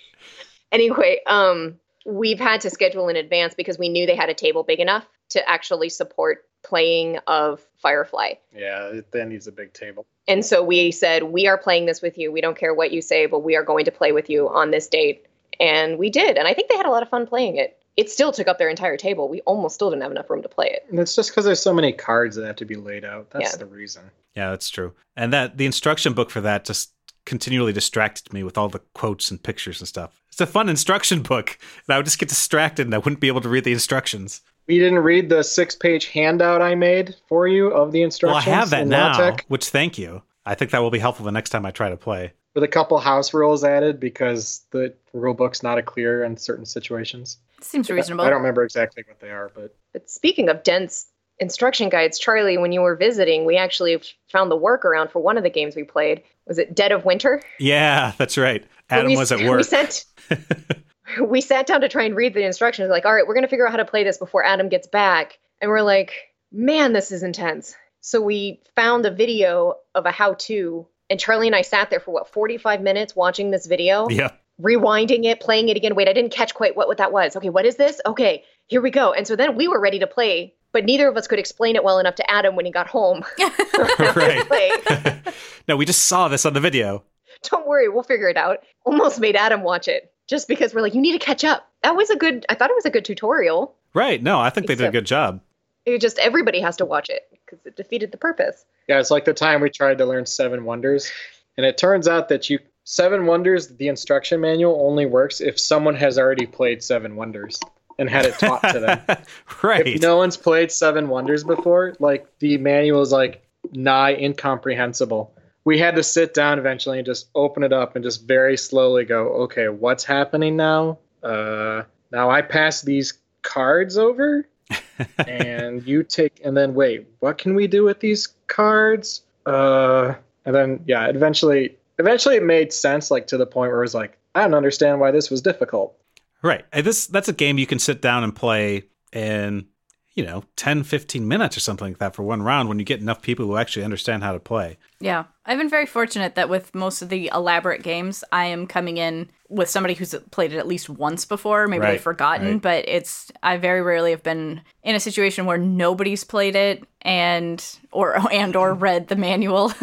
S2: anyway, um, we've had to schedule in advance because we knew they had a table big enough to actually support playing of Firefly.
S1: Yeah, it then needs a big table.
S2: And so we said, We are playing this with you. We don't care what you say, but we are going to play with you on this date. And we did. And I think they had a lot of fun playing it. It still took up their entire table. We almost still didn't have enough room to play it.
S1: And it's just because there's so many cards that have to be laid out. That's
S2: Yeah.
S1: the reason.
S3: Yeah, that's true. And that the instruction book for that just continually distracted me with all the quotes and pictures and stuff. It's a fun instruction book, and I would just get distracted and I wouldn't be able to read the instructions.
S1: You didn't read the six-page handout I made for you of the
S3: Well, I
S1: instructions.
S3: have that
S1: in
S3: now,
S1: LaTeX
S3: which thank you. I think that will be helpful the next time I try to play.
S1: with a couple house rules added because the rule book's not a clear in certain situations.
S4: Seems reasonable.
S1: I don't remember exactly what they are, but
S2: But speaking of dense instruction guides, Charlie, when you were visiting, we actually f- found the workaround for one of the games we played. Was it Dead of Winter?
S3: Yeah, that's right.
S2: But
S3: Adam
S2: we-
S3: was at work.
S2: We sent. we sat down to try and read the instructions. Like, all right, we're gonna figure out how to play this before Adam gets back. And we're like, man, this is intense. So we found a video of a how-to, and Charlie and I sat there for what 45 minutes watching this video,
S3: yeah.
S2: rewinding it, playing it again. Wait, I didn't catch quite what, what that was. Okay, what is this? Okay, here we go. And so then we were ready to play, but neither of us could explain it well enough to Adam when he got home.
S3: right.
S2: Like,
S3: no, we just saw this on the video.
S2: don't worry, we'll figure it out. Almost made Adam watch it just because we're like, you need to catch up. That was a good, I thought it was a good tutorial.
S3: Right. No, I think they did a
S2: Except-
S3: good job.
S2: It just everybody has to watch it because it defeated the purpose.
S1: yeah, it's like the time we tried to learn Seven Wonders, and it turns out that you Seven Wonders, the instruction manual only works if someone has already played Seven Wonders and had it taught to them.
S3: right.
S1: if no one's played Seven Wonders before, like the manual is like nigh incomprehensible. We had to sit down eventually and just open it up and just very slowly go, okay, what's happening now? Uh, now I pass these cards over, and you take, and then wait, what can we do with these cards? Uh, and then yeah, eventually, eventually it made sense, like to the point where it was like, I don't understand why this was difficult.
S3: Right. And This that's a game you can sit down and play in, you know, 10, 15 minutes or something like that for one round when you get enough people who actually understand how to play.
S4: Yeah. I've been very fortunate that with most of the elaborate games, I am coming in with somebody who's played it at least once before. Maybe
S3: Right,
S4: they've forgotten,
S3: right.
S4: but it's, I very rarely have been in a situation where nobody's played it and, or, and, or read the manual.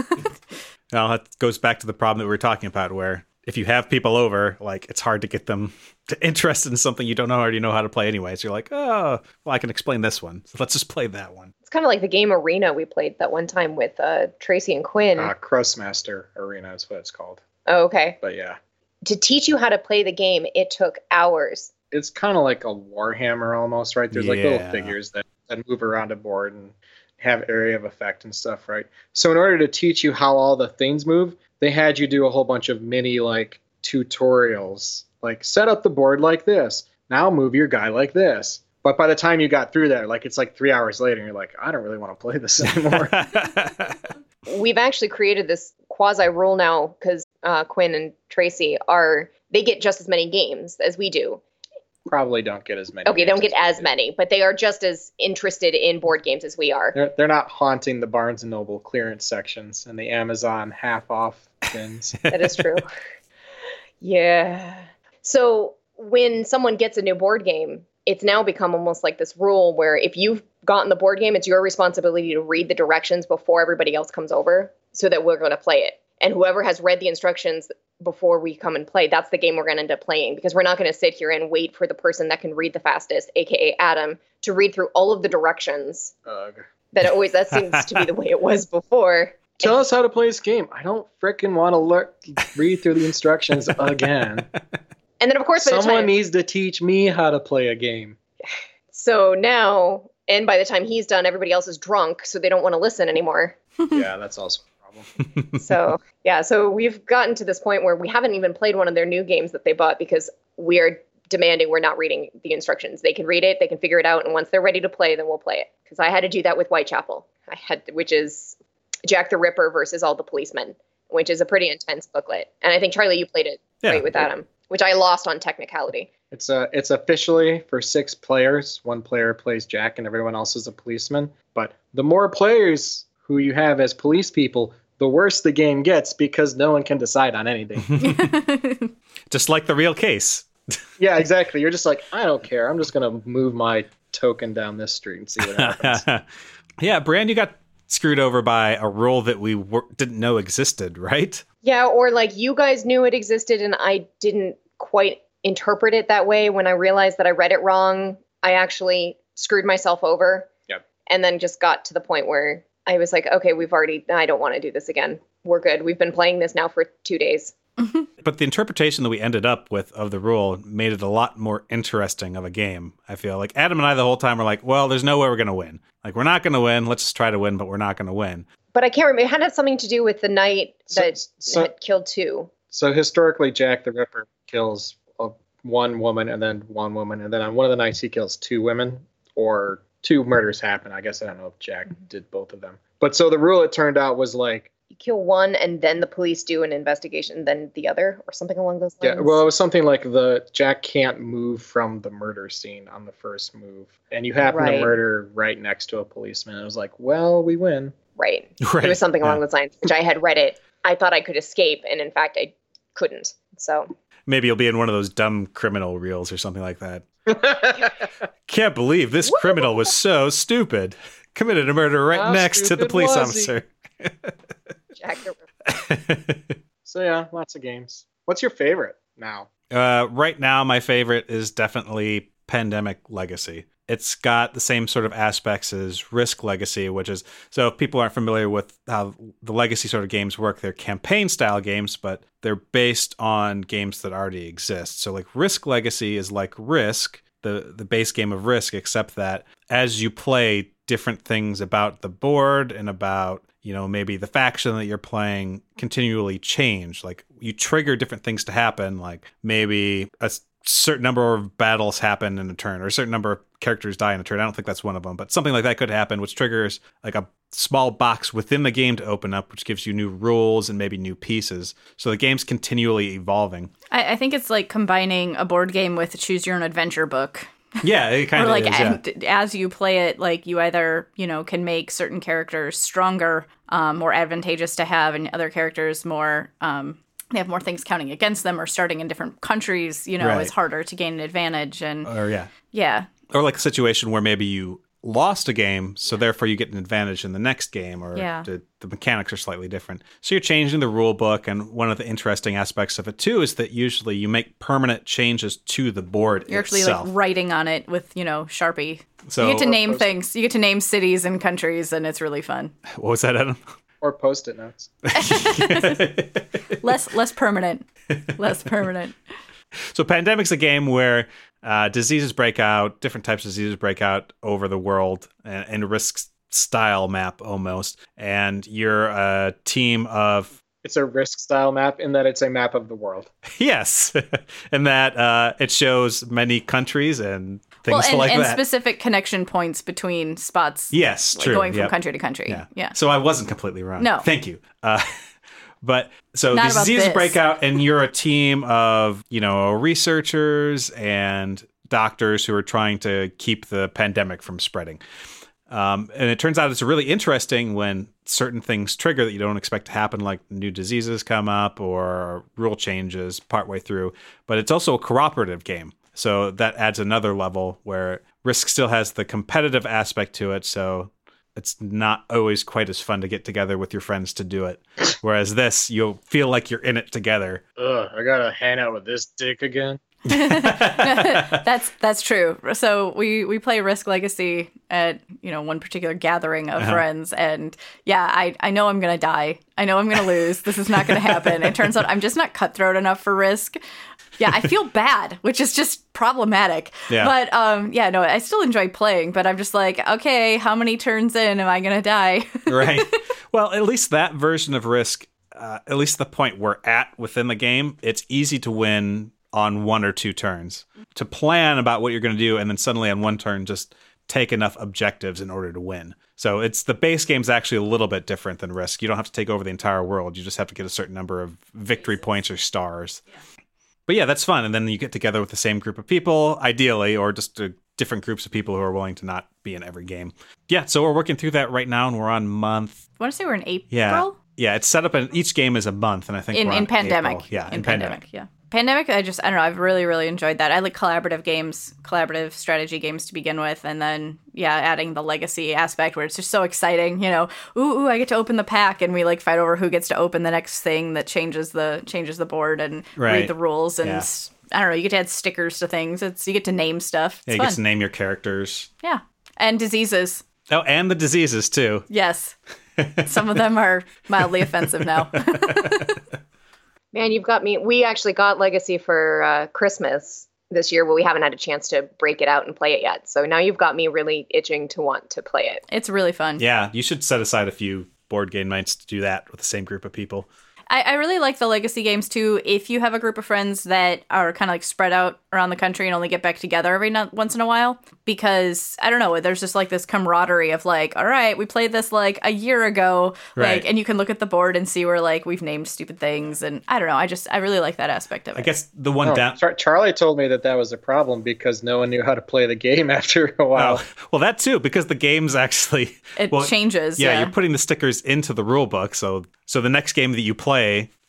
S3: Now that goes back to the problem that we were talking about where if you have people over, like it's hard to get them to interested in something you don't already know how to play anyway. So you're like, oh, well, I can explain this one. So let's just play that one.
S2: It's kind of like the game Arena we played that one time with uh, Tracy and Quinn.
S1: Uh, Crossmaster Arena is what it's called,
S2: oh, okay.
S1: but yeah.
S2: To teach you how to play the game, it took hours.
S1: it's kind of like a Warhammer almost, right? There's like
S3: Yeah.
S1: little figures that, that move around a board and have area of effect and stuff, right? So in order to teach you how all the things move, they had you do a whole bunch of mini like tutorials, like set up the board like this. Now move your guy like this. But by the time you got through there, like it's like three hours later, and you're like, I don't really want to play this anymore.
S2: we've actually created this quasi rule now because uh, Quinn and Tracy are they get just as many games as we do.
S1: Probably don't get as many.
S2: Okay, they don't
S1: games
S2: get as
S1: we do.
S2: many, but they are just as interested in board games as we are.
S1: They're, they're not haunting the Barnes and Noble clearance sections and the Amazon half off bins.
S2: that is true. yeah. So when someone gets a new board game, it's now become almost like this rule where if you've gotten the board game, it's your responsibility to read the directions before everybody else comes over so that we're going to play it. And whoever has read the instructions before we come and play, that's the game we're going to end up playing because we're not going to sit here and wait for the person that can read the fastest, aka Adam, to read through all of the directions.
S1: Ugh.
S2: That always that seems to be the way it was before.
S1: Tell us how to play this game. I don't frickin' want to look read through the instructions again.
S2: And then of course by the
S1: Someone
S2: time-
S1: needs to teach me how to play a game.
S2: So now, and by the time he's done, everybody else is drunk, so they don't want to listen anymore.
S1: yeah, that's also a problem.
S2: So, yeah, so we've gotten to this point where we haven't even played one of their new games that they bought because we are demanding we're not reading the instructions. They can read it, they can figure it out, and once they're ready to play, then we'll play it. Because I had to do that with Whitechapel, I had, which is Jack the Ripper versus all the policemen, which is a pretty intense booklet. And I think Charlie, you played it
S3: Yeah.
S2: right with Adam, which I lost on technicality.
S1: It's uh it's officially for six players. One player plays Jack and everyone else is a policeman. But the more players who you have as police people, the worse the game gets because no one can decide on anything.
S3: Just like the real case.
S1: yeah, exactly. You're just like, I don't care. I'm just gonna move my token down this street and see what happens.
S3: yeah, Brand, you got screwed over by a rule that we were- didn't know existed, right?
S2: Yeah, or like you guys knew it existed and I didn't quite interpret it that way. When I realized that I read it wrong, I actually screwed myself over.
S1: Yep.
S2: And then just got to the point where I was like, okay, we've already, I don't want to do this again. We're good. We've been playing this now for two days.
S3: But the interpretation that we ended up with of the rule made it a lot more interesting of a game, I feel. Like Adam and I the whole time were like, well, there's no way we're going to win. Like, we're not going to win. Let's just try to win, but we're not going to win.
S2: But I can't remember. It had to have something to do with the night
S1: So-
S2: that
S1: so-
S2: had killed two.
S1: So historically, Jack the Ripper kills uh, one woman and then one woman, and then on one of the nights he kills two women, or two murders happen. I guess I don't know if Jack did both of them. But so the rule it turned out was like,
S2: You kill one and then the police do an investigation, then the other, or something along those lines.
S1: yeah, well, it was something like the Jack can't move from the murder scene on the first move, and you happen
S2: Right.
S1: to murder right next to a policeman. It was like, well, we win.
S2: right.
S3: Right.
S2: It was something along
S3: Yeah.
S2: those lines, which I had read it. I thought I could escape, and in fact, I couldn't. So
S3: Maybe you'll be in one of those dumb criminal reels or something like that.
S1: right
S3: Can't believe this criminal was so stupid. Committed a murder right
S1: How
S3: next to the
S1: stupid
S3: police
S1: was he?
S3: officer.
S2: Jack the Ripper.
S1: So yeah, lots of games. What's your favorite now?
S3: Uh, right now, my favorite is definitely Pandemic Legacy. It's got the same sort of aspects as Risk Legacy, which is so if people aren't familiar with how the Legacy sort of games work, they're campaign style games, but they're based on games that already exist. So, like Risk Legacy is like Risk, the, the base game of Risk, except that as you play, different things about the board and about you know maybe the faction that you're playing continually change like you trigger different things to happen like maybe a s- certain number of battles happen in a turn or a certain number of characters die in a turn i don't think that's one of them but something like that could happen which triggers like a small box within the game to open up which gives you new rules and maybe new pieces so the game's continually evolving
S4: I, I think it's like combining a board game with a choose your own adventure book.
S3: yeah it kind
S4: Or
S3: of
S4: like
S3: is, yeah.
S4: and as you play it, like you either, you know, can make certain characters stronger, um, more advantageous to have, and other characters more um they have more things counting against them or starting in different countries, you know,
S3: Right. Uh,
S4: it's harder to gain an advantage and
S3: or yeah
S4: yeah.
S3: or like a situation where maybe you lost a game, so therefore you get an advantage in the next game, or
S4: Yeah.
S3: the, the mechanics are slightly different. So you're changing the rule book, and one of the interesting aspects of it too is that usually you make permanent changes to the board
S4: You're actually
S3: itself.
S4: like writing on it with, you know, Sharpie.
S3: so
S4: you get to name
S1: poster.
S4: things. You get to name cities and countries and it's really fun.
S3: what was that, Adam?
S1: Or post-it notes?
S4: Less less permanent. Less permanent.
S3: So pandemic's a game where uh, diseases break out, different types of diseases break out over the world and, and risks style map almost and you're a team of
S1: It's a risk-style map in that it's a map of the world.
S3: Yes, and that uh, it shows many countries and things
S4: well, and,
S3: like
S4: and
S3: that.
S4: specific connection points between spots
S3: yes,
S4: like,
S3: true.
S4: going from
S3: yep.
S4: country to country.
S3: Yeah.
S4: Yeah.
S3: So I wasn't completely wrong.
S4: No.
S3: Thank you. Uh, but so
S4: Not
S3: these
S4: about
S3: diseases
S4: this.
S3: break out, and you're a team of, you know, researchers and doctors who are trying to keep the pandemic from spreading. Um, and it turns out it's really interesting when certain things trigger that you don't expect to happen, like new diseases come up or rule changes partway through. But it's also a cooperative game. So that adds another level where Risk still has the competitive aspect to it. So it's not always quite as fun to get together with your friends to do it. Whereas this, you'll feel like you're in it together.
S1: Ugh, I gotta hang out with this dick again.
S4: that's that's true. So we we play Risk Legacy at you know one particular gathering
S3: Uh-huh.
S4: of friends, and yeah, I I know I'm gonna die. I know I'm gonna lose. This is not gonna happen. It turns out I'm just not cutthroat enough for Risk. Yeah, I feel bad, which is just problematic.
S3: Yeah.
S4: But um, yeah, no, I still enjoy playing, but I'm just like, okay, how many turns in am I gonna die?
S3: right. Well, at least that version of Risk, uh, at least the point we're at within the game, it's easy to win on one or two turns. To plan about what you're going to do, and then suddenly on one turn, just take enough objectives in order to win. So it's the base game's actually a little bit different than Risk. You don't have to take over the entire world. You just have to get a certain number of victory points or stars. But yeah, that's fun. And then you get together with the same group of people, ideally, or just uh, different groups of people who are willing to not be in every game. Yeah, so we're working through that right now, and we're on month.
S4: I want to say we're in April.
S3: Yeah, yeah. It's set up, and each game is a month, and I think
S4: in,
S3: we're
S4: in
S3: on
S4: pandemic.
S3: April. Yeah,
S4: in, pandemic. Yeah, pandemic. I just I don't know. I've really really enjoyed that. I like collaborative games, collaborative strategy games to begin with, and then yeah, adding the legacy aspect where it's just so exciting. You know, ooh, ooh I get to open the pack, and we like fight over who gets to open the next thing that changes the changes the board and
S3: Right.
S4: read the rules and.
S3: Yeah.
S4: s- I don't know. You get to add stickers to things. It's you get to name stuff.
S3: Yeah,
S4: It's
S3: you
S4: fun.
S3: get to name your characters.
S4: yeah, and diseases.
S3: Oh, and the diseases too.
S4: Yes, some of them are mildly offensive now.
S2: Man, you've got me. We actually got Legacy for uh, Christmas this year, but we haven't had a chance to break it out and play it yet. So now you've got me really itching to want to play it.
S4: it's really fun.
S3: Yeah, you should set aside a few board game nights to do that with the same group of people.
S4: I, I really like the legacy games too. If you have a group of friends that are kind of like spread out around the country and only get back together every no- once in a while, because I don't know, there's just like this camaraderie of like, all right, we played this like a year ago,
S3: Right.
S4: like, and you can look at the board and see where like we've named stupid things, and I don't know, I just I really like that aspect of it.
S3: I guess the one
S1: Oh,
S3: down.
S1: Char- Charlie told me that that was a problem because no one knew how to play the game after a while.
S3: Oh, well, that too, because the game's actually
S4: it
S3: well,
S4: changes.
S3: yeah, you're putting the stickers into the rule book so so the next game that you play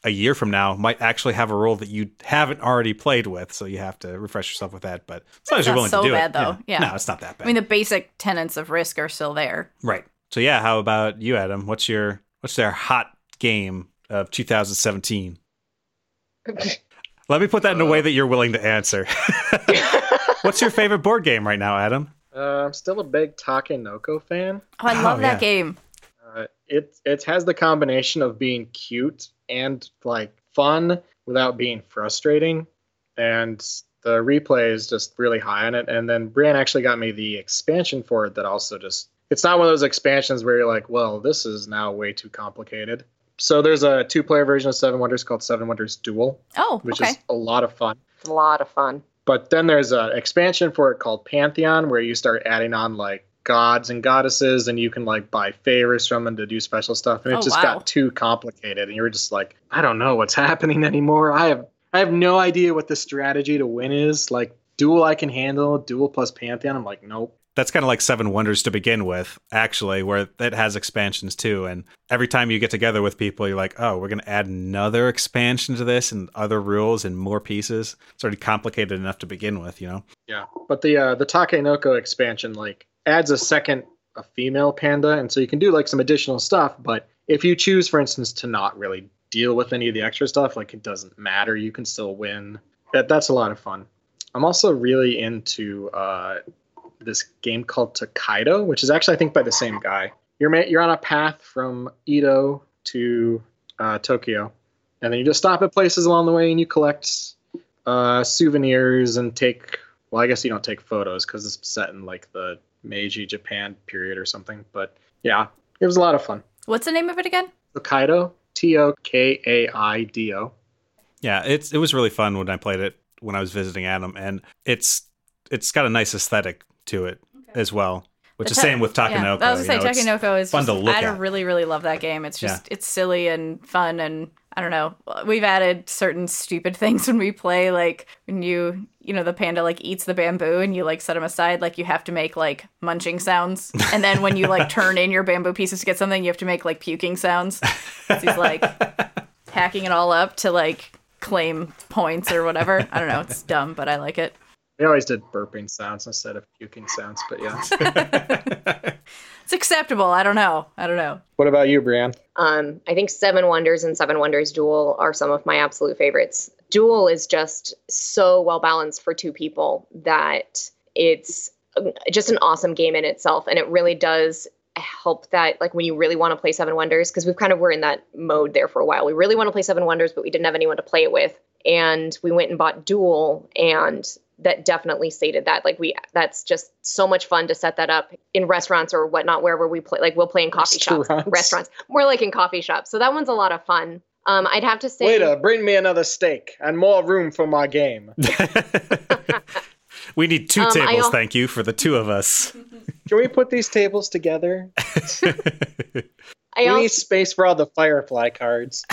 S3: a year from now might actually have a rule that you haven't already played with so you have to refresh yourself with that but as long as you're
S4: not
S3: willing
S4: so
S3: to do
S4: bad,
S3: it
S4: though. Yeah.
S3: no it's not that bad
S4: I mean, the basic tenets of risk are still there.
S3: right so yeah how about you adam what's your what's their hot game of 2017 let me put that in a way that you're willing to answer what's your favorite board game right now adam
S1: Uh, I'm still a big Takenoko fan.
S4: Oh, I
S3: Oh,
S4: love
S3: yeah.
S4: that game.
S1: Uh, it it has the combination of being cute and like fun without being frustrating, and the replay is just really high on it. And then Brian actually got me the expansion for it that also just it's not one of those expansions where you're like, well, this is now way too complicated. So there's a two-player version of Seven Wonders called Seven Wonders Duel,
S4: Oh,
S1: which
S4: okay.
S1: is a lot of fun.
S2: It's a lot of fun.
S1: But then there's an expansion for it called Pantheon, where you start adding on like gods and goddesses, and you can like buy favors from them to do special stuff. And it
S4: Oh,
S1: just
S4: wow.
S1: got too complicated, and you were just like, I don't know what's happening anymore. I have I have no idea what the strategy to win is. Like duel, I can handle duel plus Pantheon. I'm like, nope.
S3: that's kind of like Seven Wonders to begin with, actually, where it has expansions too. And every time you get together with people, you're like, oh, we're going to add another expansion to this and other rules and more pieces. It's already complicated enough to begin with, you know?
S1: Yeah. But the uh, the Takenoko expansion like adds a second a female panda, and so you can do like some additional stuff. But if you choose, for instance, to not really deal with any of the extra stuff, like it doesn't matter, you can still win. That that's a lot of fun. I'm also really into uh, this game called Takedo, which is actually I think by the same guy. You're ma- you're on a path from Edo to uh, Tokyo, and then you just stop at places along the way and you collect uh, souvenirs and take. Well, I guess you don't take photos because it's set in like the Meiji Japan period or something. But yeah, it was a lot of fun.
S4: What's the name of it again?
S1: Tokaido, T O K A I D O.
S3: Yeah, it's it was really fun when I played it when I was visiting Adam, and it's it's got a nice aesthetic to it as well, which
S4: The
S3: is
S4: te-
S3: same with
S4: Yeah.
S3: Takanoko.
S4: I was
S3: you
S4: gonna
S3: know,
S4: say
S3: it's-
S4: Takenoko is
S3: fun
S4: just,
S3: to look
S4: I
S3: at.
S4: really really love that game. It's just it's silly and fun and I don't know. We've added certain stupid things when we play, like when you you know the panda like eats the bamboo and you like set them aside. Like you have to make like munching sounds, and then when you like turn in your bamboo pieces to get something, you have to make like puking sounds. 'Cause He's like hacking it all up to like claim points or whatever. I don't know. It's dumb, but I like it.
S1: They always did burping sounds instead of puking sounds, but yeah.
S4: It's acceptable. I don't know. I don't know.
S1: what about you, Brianne?
S2: Um, I think Seven Wonders and Seven Wonders Duel are some of my absolute favorites. Duel is just so well balanced for two people that it's um, just an awesome game in itself, and it really does help that like when you really want to play Seven Wonders because we've kind of were in that mode there for a while. We really want to play Seven Wonders, but we didn't have anyone to play it with, and we went and bought Duel and. That definitely stated that. Like we, that's just so much fun to set that up in restaurants or whatnot, wherever we play. Like we'll play in coffee shops,
S1: Restaurants.
S2: restaurants more like in coffee shops. So that one's a lot of fun. Um, I'd have to say,
S1: Waiter, uh, bring me another steak and more room for my game.
S3: we need two
S2: Um, I
S3: tables,
S2: al-
S3: thank you, for the two of us.
S1: Can we put these tables together?
S2: I,
S1: we
S2: al-
S1: need space for all the Firefly cards.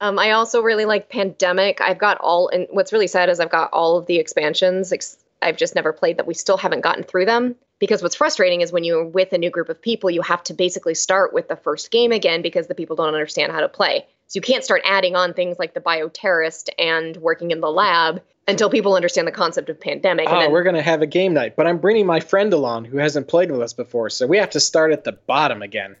S2: um, I also really like Pandemic. I've got all, and what's really sad is I've got all of the expansions. Ex- I've just never played that. We still haven't gotten through them because what's frustrating is when you're with a new group of people, you have to basically start with the first game again because the people don't understand how to play. So you can't start adding on things like the bioterrorist and working in the lab until people understand the concept of pandemic. and
S1: Oh,
S2: then-
S1: we're going to have a game night, but I'm bringing my friend along who hasn't played with us before, so we have to start at the bottom again,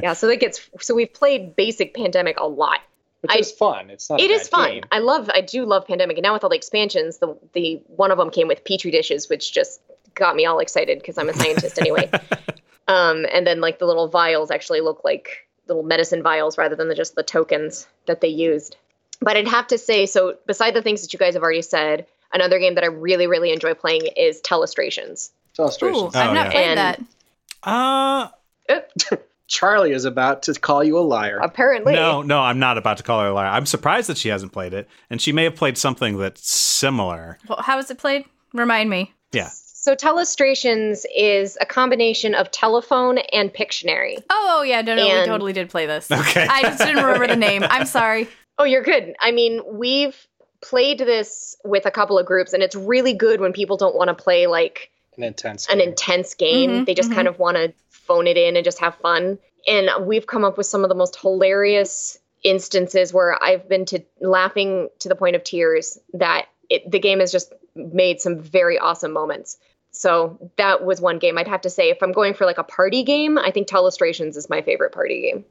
S2: yeah, so that gets so we've played basic pandemic a lot.
S1: which
S2: I-
S1: is fun. It's not a
S2: It is
S1: bad
S2: fun.
S1: game.
S2: I love. I do love Pandemic, and now with all the expansions, the the one of them came with petri dishes, which just got me all excited because I'm a scientist anyway. Um, and then like the little vials actually look like little medicine vials rather than the, just the tokens that they used. But I'd have to say, so beside the things that you guys have already said, another game that I really really enjoy playing is Telestrations.
S1: Illustrations.
S4: Ooh, I've
S3: Oh,
S4: not
S3: yeah.
S2: And-
S4: played that.
S3: uh,
S1: Charlie is about to call you a liar.
S2: Apparently,
S3: no, no, I'm not about to call her a liar. I'm surprised that she hasn't played it, and she may have played something that's similar.
S4: Well, how is it played? Remind me.
S3: Yeah.
S2: So Telestrations is a combination of telephone and Pictionary.
S4: Oh, oh, yeah, no, no, we
S2: And-
S4: totally did play this.
S3: Okay.
S4: I just didn't remember the name. I'm sorry.
S2: Oh, you're good. I mean, we've played this with a couple of groups, and it's really good when people don't want to play like
S1: An intense
S2: an
S1: game.
S2: intense game.
S4: Mhm,
S2: they just
S4: mhm.
S2: kind of want to phone it in and just have fun. And we've come up with some of the most hilarious instances where I've been to laughing to the point of tears that it, the game has just made some very awesome moments. So that was one game I'd have to say if I'm going for like a party game, I think Telestrations is my favorite party game.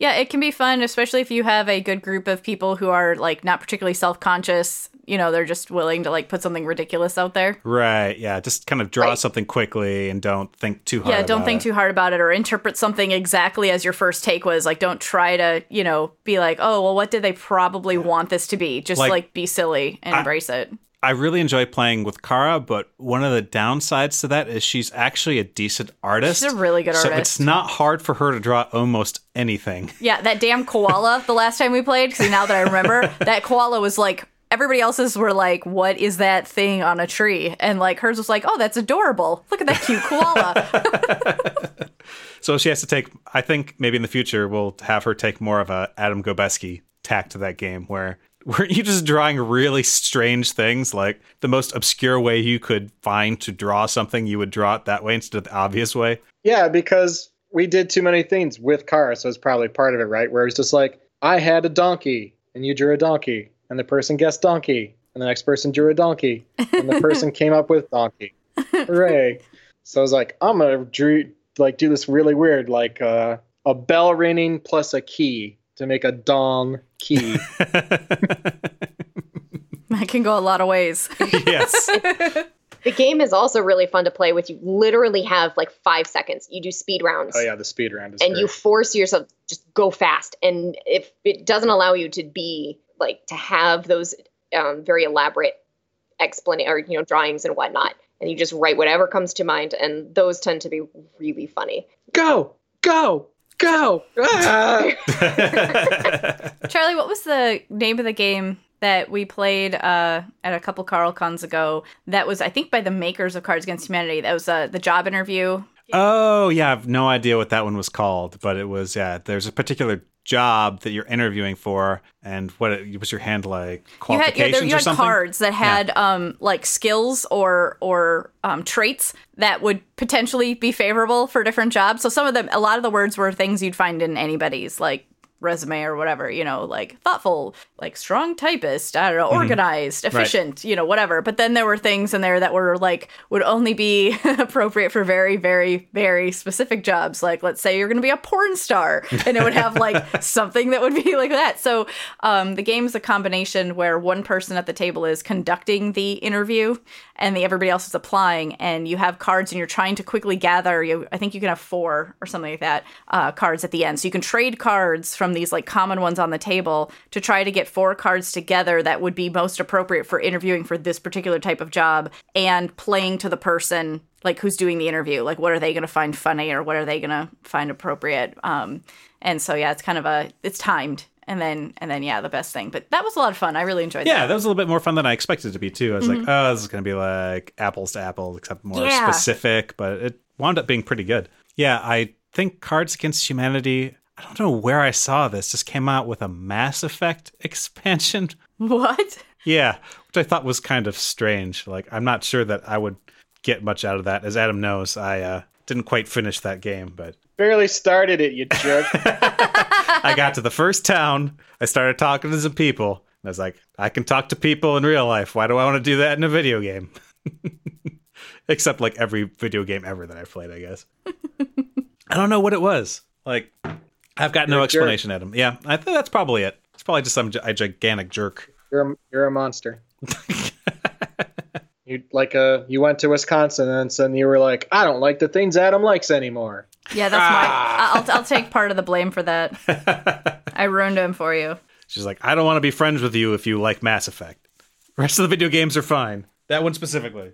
S4: Yeah, it can be fun, especially if you have a good group of people who are like not particularly self conscious. You know, they're just willing to like put something ridiculous out there.
S3: Right. Yeah. Just kind of draw
S2: Right.
S3: something quickly and don't think too hard.
S4: yeah, don't
S3: about
S4: think
S3: it.
S4: too hard about it or interpret something exactly as your first take was. Like, don't try to, you know, be like, oh, well, what did they probably want this to be? Just
S3: Like-
S4: like, be silly and
S3: I-
S4: embrace it.
S3: I really enjoy playing with Kara, but one of the downsides to that is she's actually a decent artist.
S4: She's a really good
S3: so
S4: artist.
S3: it's not hard for her to draw almost anything.
S4: Yeah, that damn koala the last time we played, because now that I remember, that koala was like, everybody else's were like, what is that thing on a tree? And like hers was like, oh, that's adorable. Look at that cute koala.
S3: So she has to take. I think maybe in the future we'll have her take more of a Adam Gobeski tack to that game, where were you just drawing really strange things, like the most obscure way you could find to draw something, you would draw it that way instead of the obvious way.
S1: Yeah, because we did too many things with cars, so it's probably part of it, right? Where it's just like, I had a donkey, and you drew a donkey, and the person guessed donkey, and the next person drew a donkey, and the person came up with donkey. Hooray! So I was like, I'm gonna drew like do this really weird, like uh, a bell ringing plus a key to make a dong key.
S4: that can go a lot of ways.
S3: yes.
S2: The game is also really fun to play with. You literally have like five seconds. You do speed rounds.
S1: oh yeah, the speed round is.
S2: And
S1: great.
S2: you force yourself to just go fast. And if it doesn't allow you to be like to have those um, very elaborate explanation or you know drawings and whatnot, and you just write whatever comes to mind, and those tend to be really funny.
S1: go, go, go. Ah!
S4: Charlie, what was the name of the game that we played uh, at a couple Carl cons ago. That was, I think, by the makers of Cards Against Humanity. That was uh, the job interview.
S3: Oh, yeah. I have no idea what that one was called, but it was, yeah, there's a particular job that you're interviewing for, and what it, was your hand like?
S4: You had,
S3: Qualifications
S4: yeah, there- you
S3: or
S4: had
S3: something?
S4: cards that had um, like skills or or um, traits that would potentially be favorable for different jobs. So some of them, a lot of the words were things you'd find in anybody's like resume or whatever. You know, like thoughtful, like strong typist. I don't
S3: Mm-hmm.
S4: know, organized, efficient. You know, whatever. But then there were things in there that were like would only be appropriate for very, very, very specific jobs. Like let's say you're going to be a porn star, and it would have like something that would be like that. So um, the game is a combination where one person at the table is conducting the interview and the, everybody else is applying, and you have cards and you're trying to quickly gather. You, I think you can have four or something like that uh, cards at the end. So you can trade cards from these like common ones on the table to try to get four cards together that would be most appropriate for interviewing for this particular type of job and playing to the person like who's doing the interview like what are they going to find funny or what are they going to find appropriate um and so yeah it's kind of a it's timed and then and then yeah the best thing but that was a lot of fun i really enjoyed
S3: Yeah, that was a little bit more fun than I expected it to be too. I was like, oh, this is going to be like apples to apples, except more
S4: Mm-hmm. Yeah.
S3: specific, but it wound up being pretty good. Yeah, I think Cards Against Humanity, I don't know where I saw this, just came out with a Mass Effect expansion.
S4: that what
S3: Yeah, which I thought was kind of strange. Like, I'm not sure that I would get much out of that. As Adam knows, I uh, didn't quite finish that game, but
S1: Barely started it, you jerk.
S3: I got to the first town. I started talking to some people. And I was like, I can talk to people in real life. Why do I want to do that in a video game? Except like every video game ever that I've played, I guess. I don't know what it was. Like, I've got no
S1: You're a jerk.
S3: explanation, Adam. Yeah, I think that's probably it. It's probably just some gi- a gigantic jerk.
S1: You're a, you're a monster. you like a you went to Wisconsin and suddenly you were like, I don't like the things Adam likes anymore.
S4: yeah that's my I'll, I'll take part of the blame for that i ruined him for you
S3: She's like, I don't want to be friends with you if you like Mass Effect. Rest of the video games are fine. That one specifically.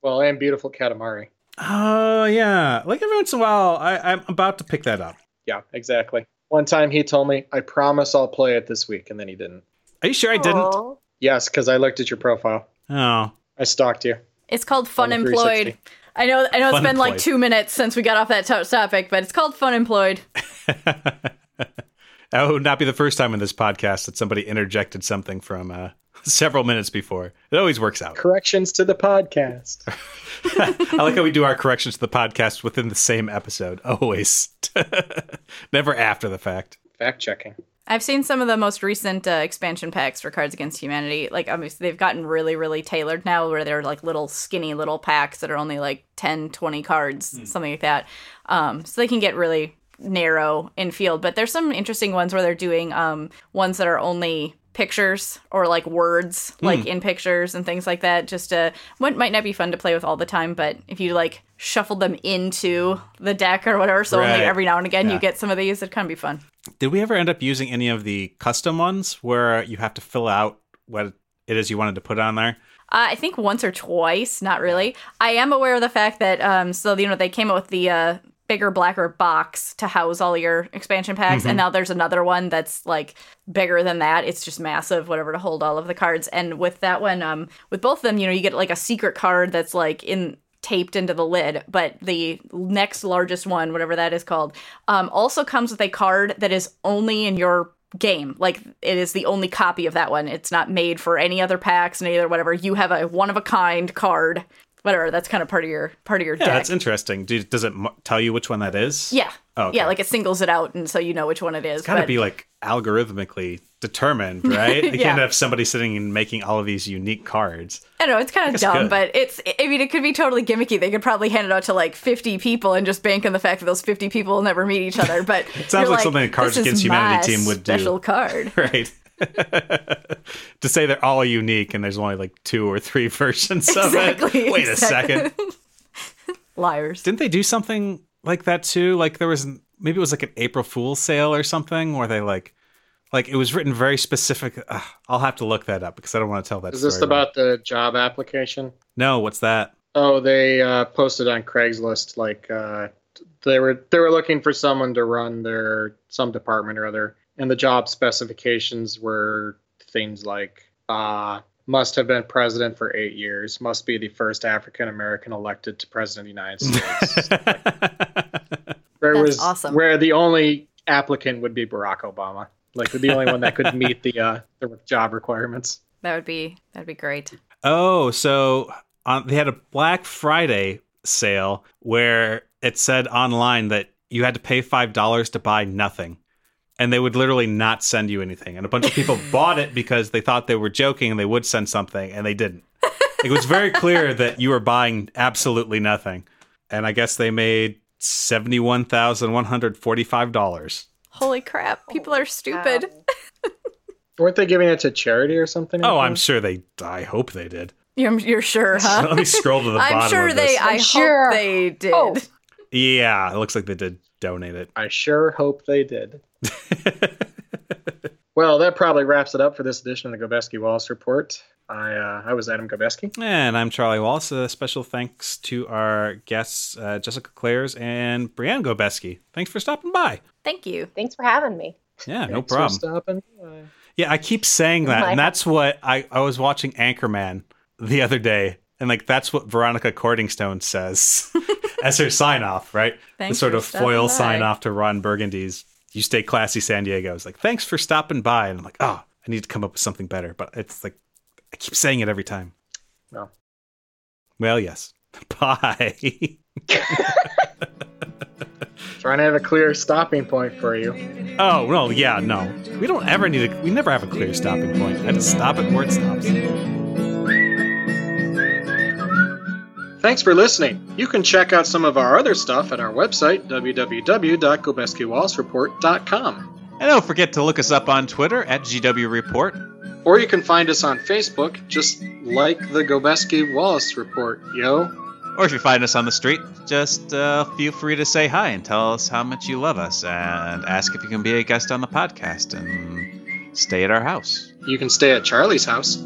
S1: Well, and beautiful Katamari.
S3: Oh yeah, like every once in a while, I, I'm about to pick that up.
S1: Yeah, exactly. One time he told me, "I promise I'll play it this week," and then he didn't.
S3: Are you sure I didn't?
S2: Aw.
S1: Yes, because I looked at your profile.
S3: Oh,
S1: I stalked you.
S4: it's called fun
S1: On the
S4: employed
S1: 360.
S4: i know i know it's
S3: Fun
S4: been like
S3: Employed.
S4: two minutes since we got off that to topic but it's called fun employed
S3: that would not be the first time in this podcast that somebody interjected something from uh, several minutes before. It always works out.
S1: Corrections to the podcast.
S3: I like how we do our corrections to the podcast within the same episode. Always, never after the fact.
S1: Fact checking.
S4: I've seen some of the most recent uh, expansion packs for Cards Against Humanity. Like, obviously, they've gotten really, really tailored now where they're like little skinny little packs that are only like 10, 20 cards,
S3: Hmm.
S4: something like that. Um, so they can get really narrow in field. But there's some interesting ones where they're doing um, ones that are only pictures or like words,
S3: Hmm.
S4: like in pictures and things like that. Just uh, what might not be fun to play with all the time, but if you like shuffled them into the deck or whatever, so
S3: Right.
S4: only every now and again
S3: Yeah.
S4: you get some of these, it'd kind of be fun.
S3: Did we ever end up using any of the custom ones where you have to fill out what it is you wanted to put on there?
S4: Uh, I think once or twice, not really. I am aware of the fact that um, so you know they came out with the uh, bigger, blacker box to house all your expansion packs, and now there's another one that's like bigger than that. It's just massive, whatever, to hold all of the cards. And with that one, um, with both of them, you know, you get like a secret card that's like in taped into the lid, but the next largest one, whatever that is called, um, also comes with a card that is only in your game. Like it is the only copy of that one. It's not made for any other packs, any other whatever. You have a one of a kind card, whatever. That's kind of part of your part of your
S3: Yeah,
S4: deck.
S3: that's interesting. Do, does it m- tell you which one that is?
S4: yeah.
S3: Oh, okay.
S4: Yeah, like it singles it out, and so you know which one it is.
S3: It's got to
S4: but-
S3: be like algorithmically determined, right? You
S4: Yeah.
S3: can't have somebody sitting and making all of these unique cards.
S4: I don't know it's kind of
S3: guess
S4: dumb,
S3: good.
S4: but it's. I mean, it could be totally gimmicky. They could probably hand it out to like fifty people and just bank on the fact that those fifty people will never meet each other. But it
S3: sounds like something a Cards Against Humanity team would do."
S4: Special card.
S3: Right. to say they're all unique and there's only like two or three versions of
S4: Exactly,
S3: it. Wait
S4: exactly.
S3: a second.
S4: Liars.
S3: Didn't they do something like that too? Like there was maybe it was like an April Fool's sale or something where they like like it was written very specific. Ugh, I'll have to look that up because I don't want to tell that
S1: Is
S3: story.
S1: this
S3: wrong.
S1: about the job application?
S3: No, what's that?
S1: Oh, they uh, posted on Craigslist like uh, they were they were looking for someone to run their some department or other, and the job specifications were things like uh, must have been president for eight years, must be the first African American elected to president of the United States. where
S4: That's
S1: was
S4: awesome.
S1: where the only applicant would be Barack Obama, like the only one that could meet the uh, the job requirements.
S4: That would be that'd be great.
S3: oh, so on, they had a Black Friday sale where it said online that you had to pay five dollars to buy nothing, and they would literally not send you anything. And a bunch of people bought it because they thought they were joking and they would send something, and they didn't. It was very clear that you were buying absolutely nothing, and I guess they made seventy one thousand one hundred forty five dollars.
S4: Holy crap! People are stupid.
S2: Um,
S1: Weren't they giving it to charity or something?
S3: Oh, I'm sure they. I hope they did.
S4: You're, you're sure, huh?
S3: Let me scroll to the
S4: I'm
S3: bottom.
S4: sure
S3: of this.
S4: they. I
S2: I'm sure.
S4: hope they did.
S2: Oh.
S3: Yeah, it looks like they did donate it.
S1: I sure hope they did. Well, that probably wraps it up for this edition of the Gobeski Wallace Report. I uh, I was Adam Gobeski.
S3: and I'm Charlie Wallace. A special thanks to our guests, uh, Jessica Clares and Brianne Gobeski. Thanks for stopping by.
S4: Thank you.
S2: Thanks for having me.
S3: Yeah, no
S1: Thanks for
S3: problem.
S1: stopping by.
S3: Yeah, I keep saying that, and that's what I, I was watching Anchorman the other day, and like that's what Veronica Cordingstone says as her sign off, right?
S4: Thanks
S3: the sort
S4: for
S3: of
S4: stopping
S3: foil
S4: by.
S3: sign off to Ron Burgundy's "You Stay Classy, San Diego." It's like thanks for stopping by, and I'm like, oh, I need to come up with something better, but it's like I keep saying it every time.
S1: Well.
S3: well, yes. Bye.
S1: Trying to have a clear stopping point for you.
S3: oh well, yeah, no, we don't ever need to. We never have a clear stopping point. I just stop it where it stops.
S1: Thanks for listening. You can check out some of our other stuff at our website, www.gobeskiwallsreport.com.
S6: And don't forget to look us up on Twitter at GW Report.
S1: Or you can find us on Facebook, just like the Gobeski Wallace Report, yo.
S6: Or if you find us on the street, just uh, feel free to say hi and tell us how much you love us and ask if you can be a guest on the podcast and stay at our house.
S1: You can stay at Charlie's house.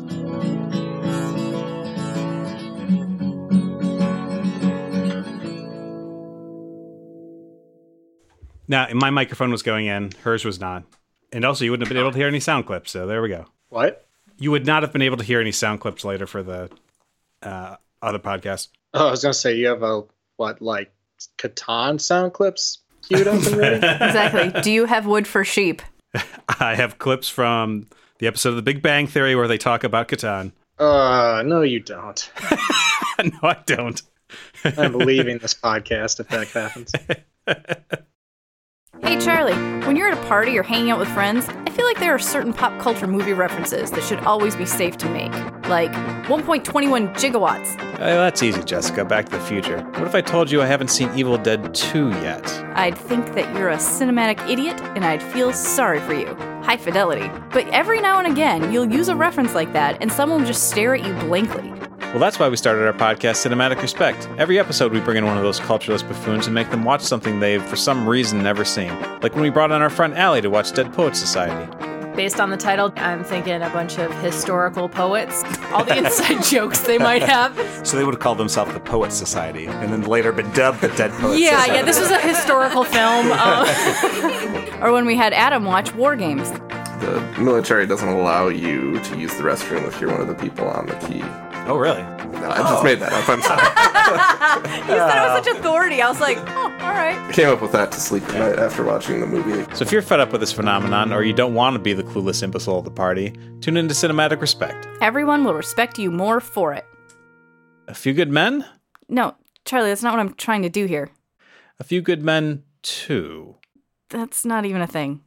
S3: Now, my microphone was going in, hers was not. And also, you wouldn't have been able to hear any sound clips, so there we go.
S1: What?
S3: You would not have been able to hear any sound clips later for the uh, other podcast.
S1: Oh, I was going to say, you have a, what, like, Catan sound clips queued up and ready?
S4: Exactly. Do you have wood for sheep?
S3: I have clips from the episode of The Big Bang Theory where they talk about Catan.
S1: Uh, no, you don't.
S3: no, I don't.
S1: I'm leaving this podcast if that happens.
S4: Hey Charlie, when you're at a party or hanging out with friends, I feel like there are certain pop culture movie references that should always be safe to make. Like 1.21 gigawatts.
S7: that's easy, Jessica. Back to the future. What if I told you I haven't seen Evil Dead 2 yet?
S4: I'd think that you're a cinematic idiot and I'd feel sorry for you. High fidelity. But every now and again, you'll use a reference like that and someone will just stare at you blankly.
S7: Well, that's why we started our podcast, Cinematic Respect. Every episode, we bring in one of those cultureless buffoons and make them watch something they've, for some reason, never seen. Like when we brought on our friend Allie to watch Dead Poets Society.
S8: Based on the title, I'm thinking a bunch of historical poets, all the inside jokes they might have.
S9: So they would have called themselves the Poet Society, and then later been dubbed the Dead Poets
S8: Yeah,
S9: Society.
S8: yeah, this was a historical film. Um,
S4: Or when we had Adam watch War Games.
S10: The military doesn't allow you to use the restroom if you're one of the people on the key.
S7: Oh, really?
S10: No, I just made that up. I'm sorry.
S4: You said it with such authority. I was like, oh, all right.
S10: I came up with that to sleep at night after watching the movie.
S7: So if you're fed up with this phenomenon or you don't want to be the clueless imbecile of the party, tune into Cinematic Respect.
S4: Everyone will respect you more for it.
S7: A Few Good Men?
S4: No, Charlie, that's not what I'm trying to do here.
S7: A Few Good Men 2.
S4: That's not even a thing.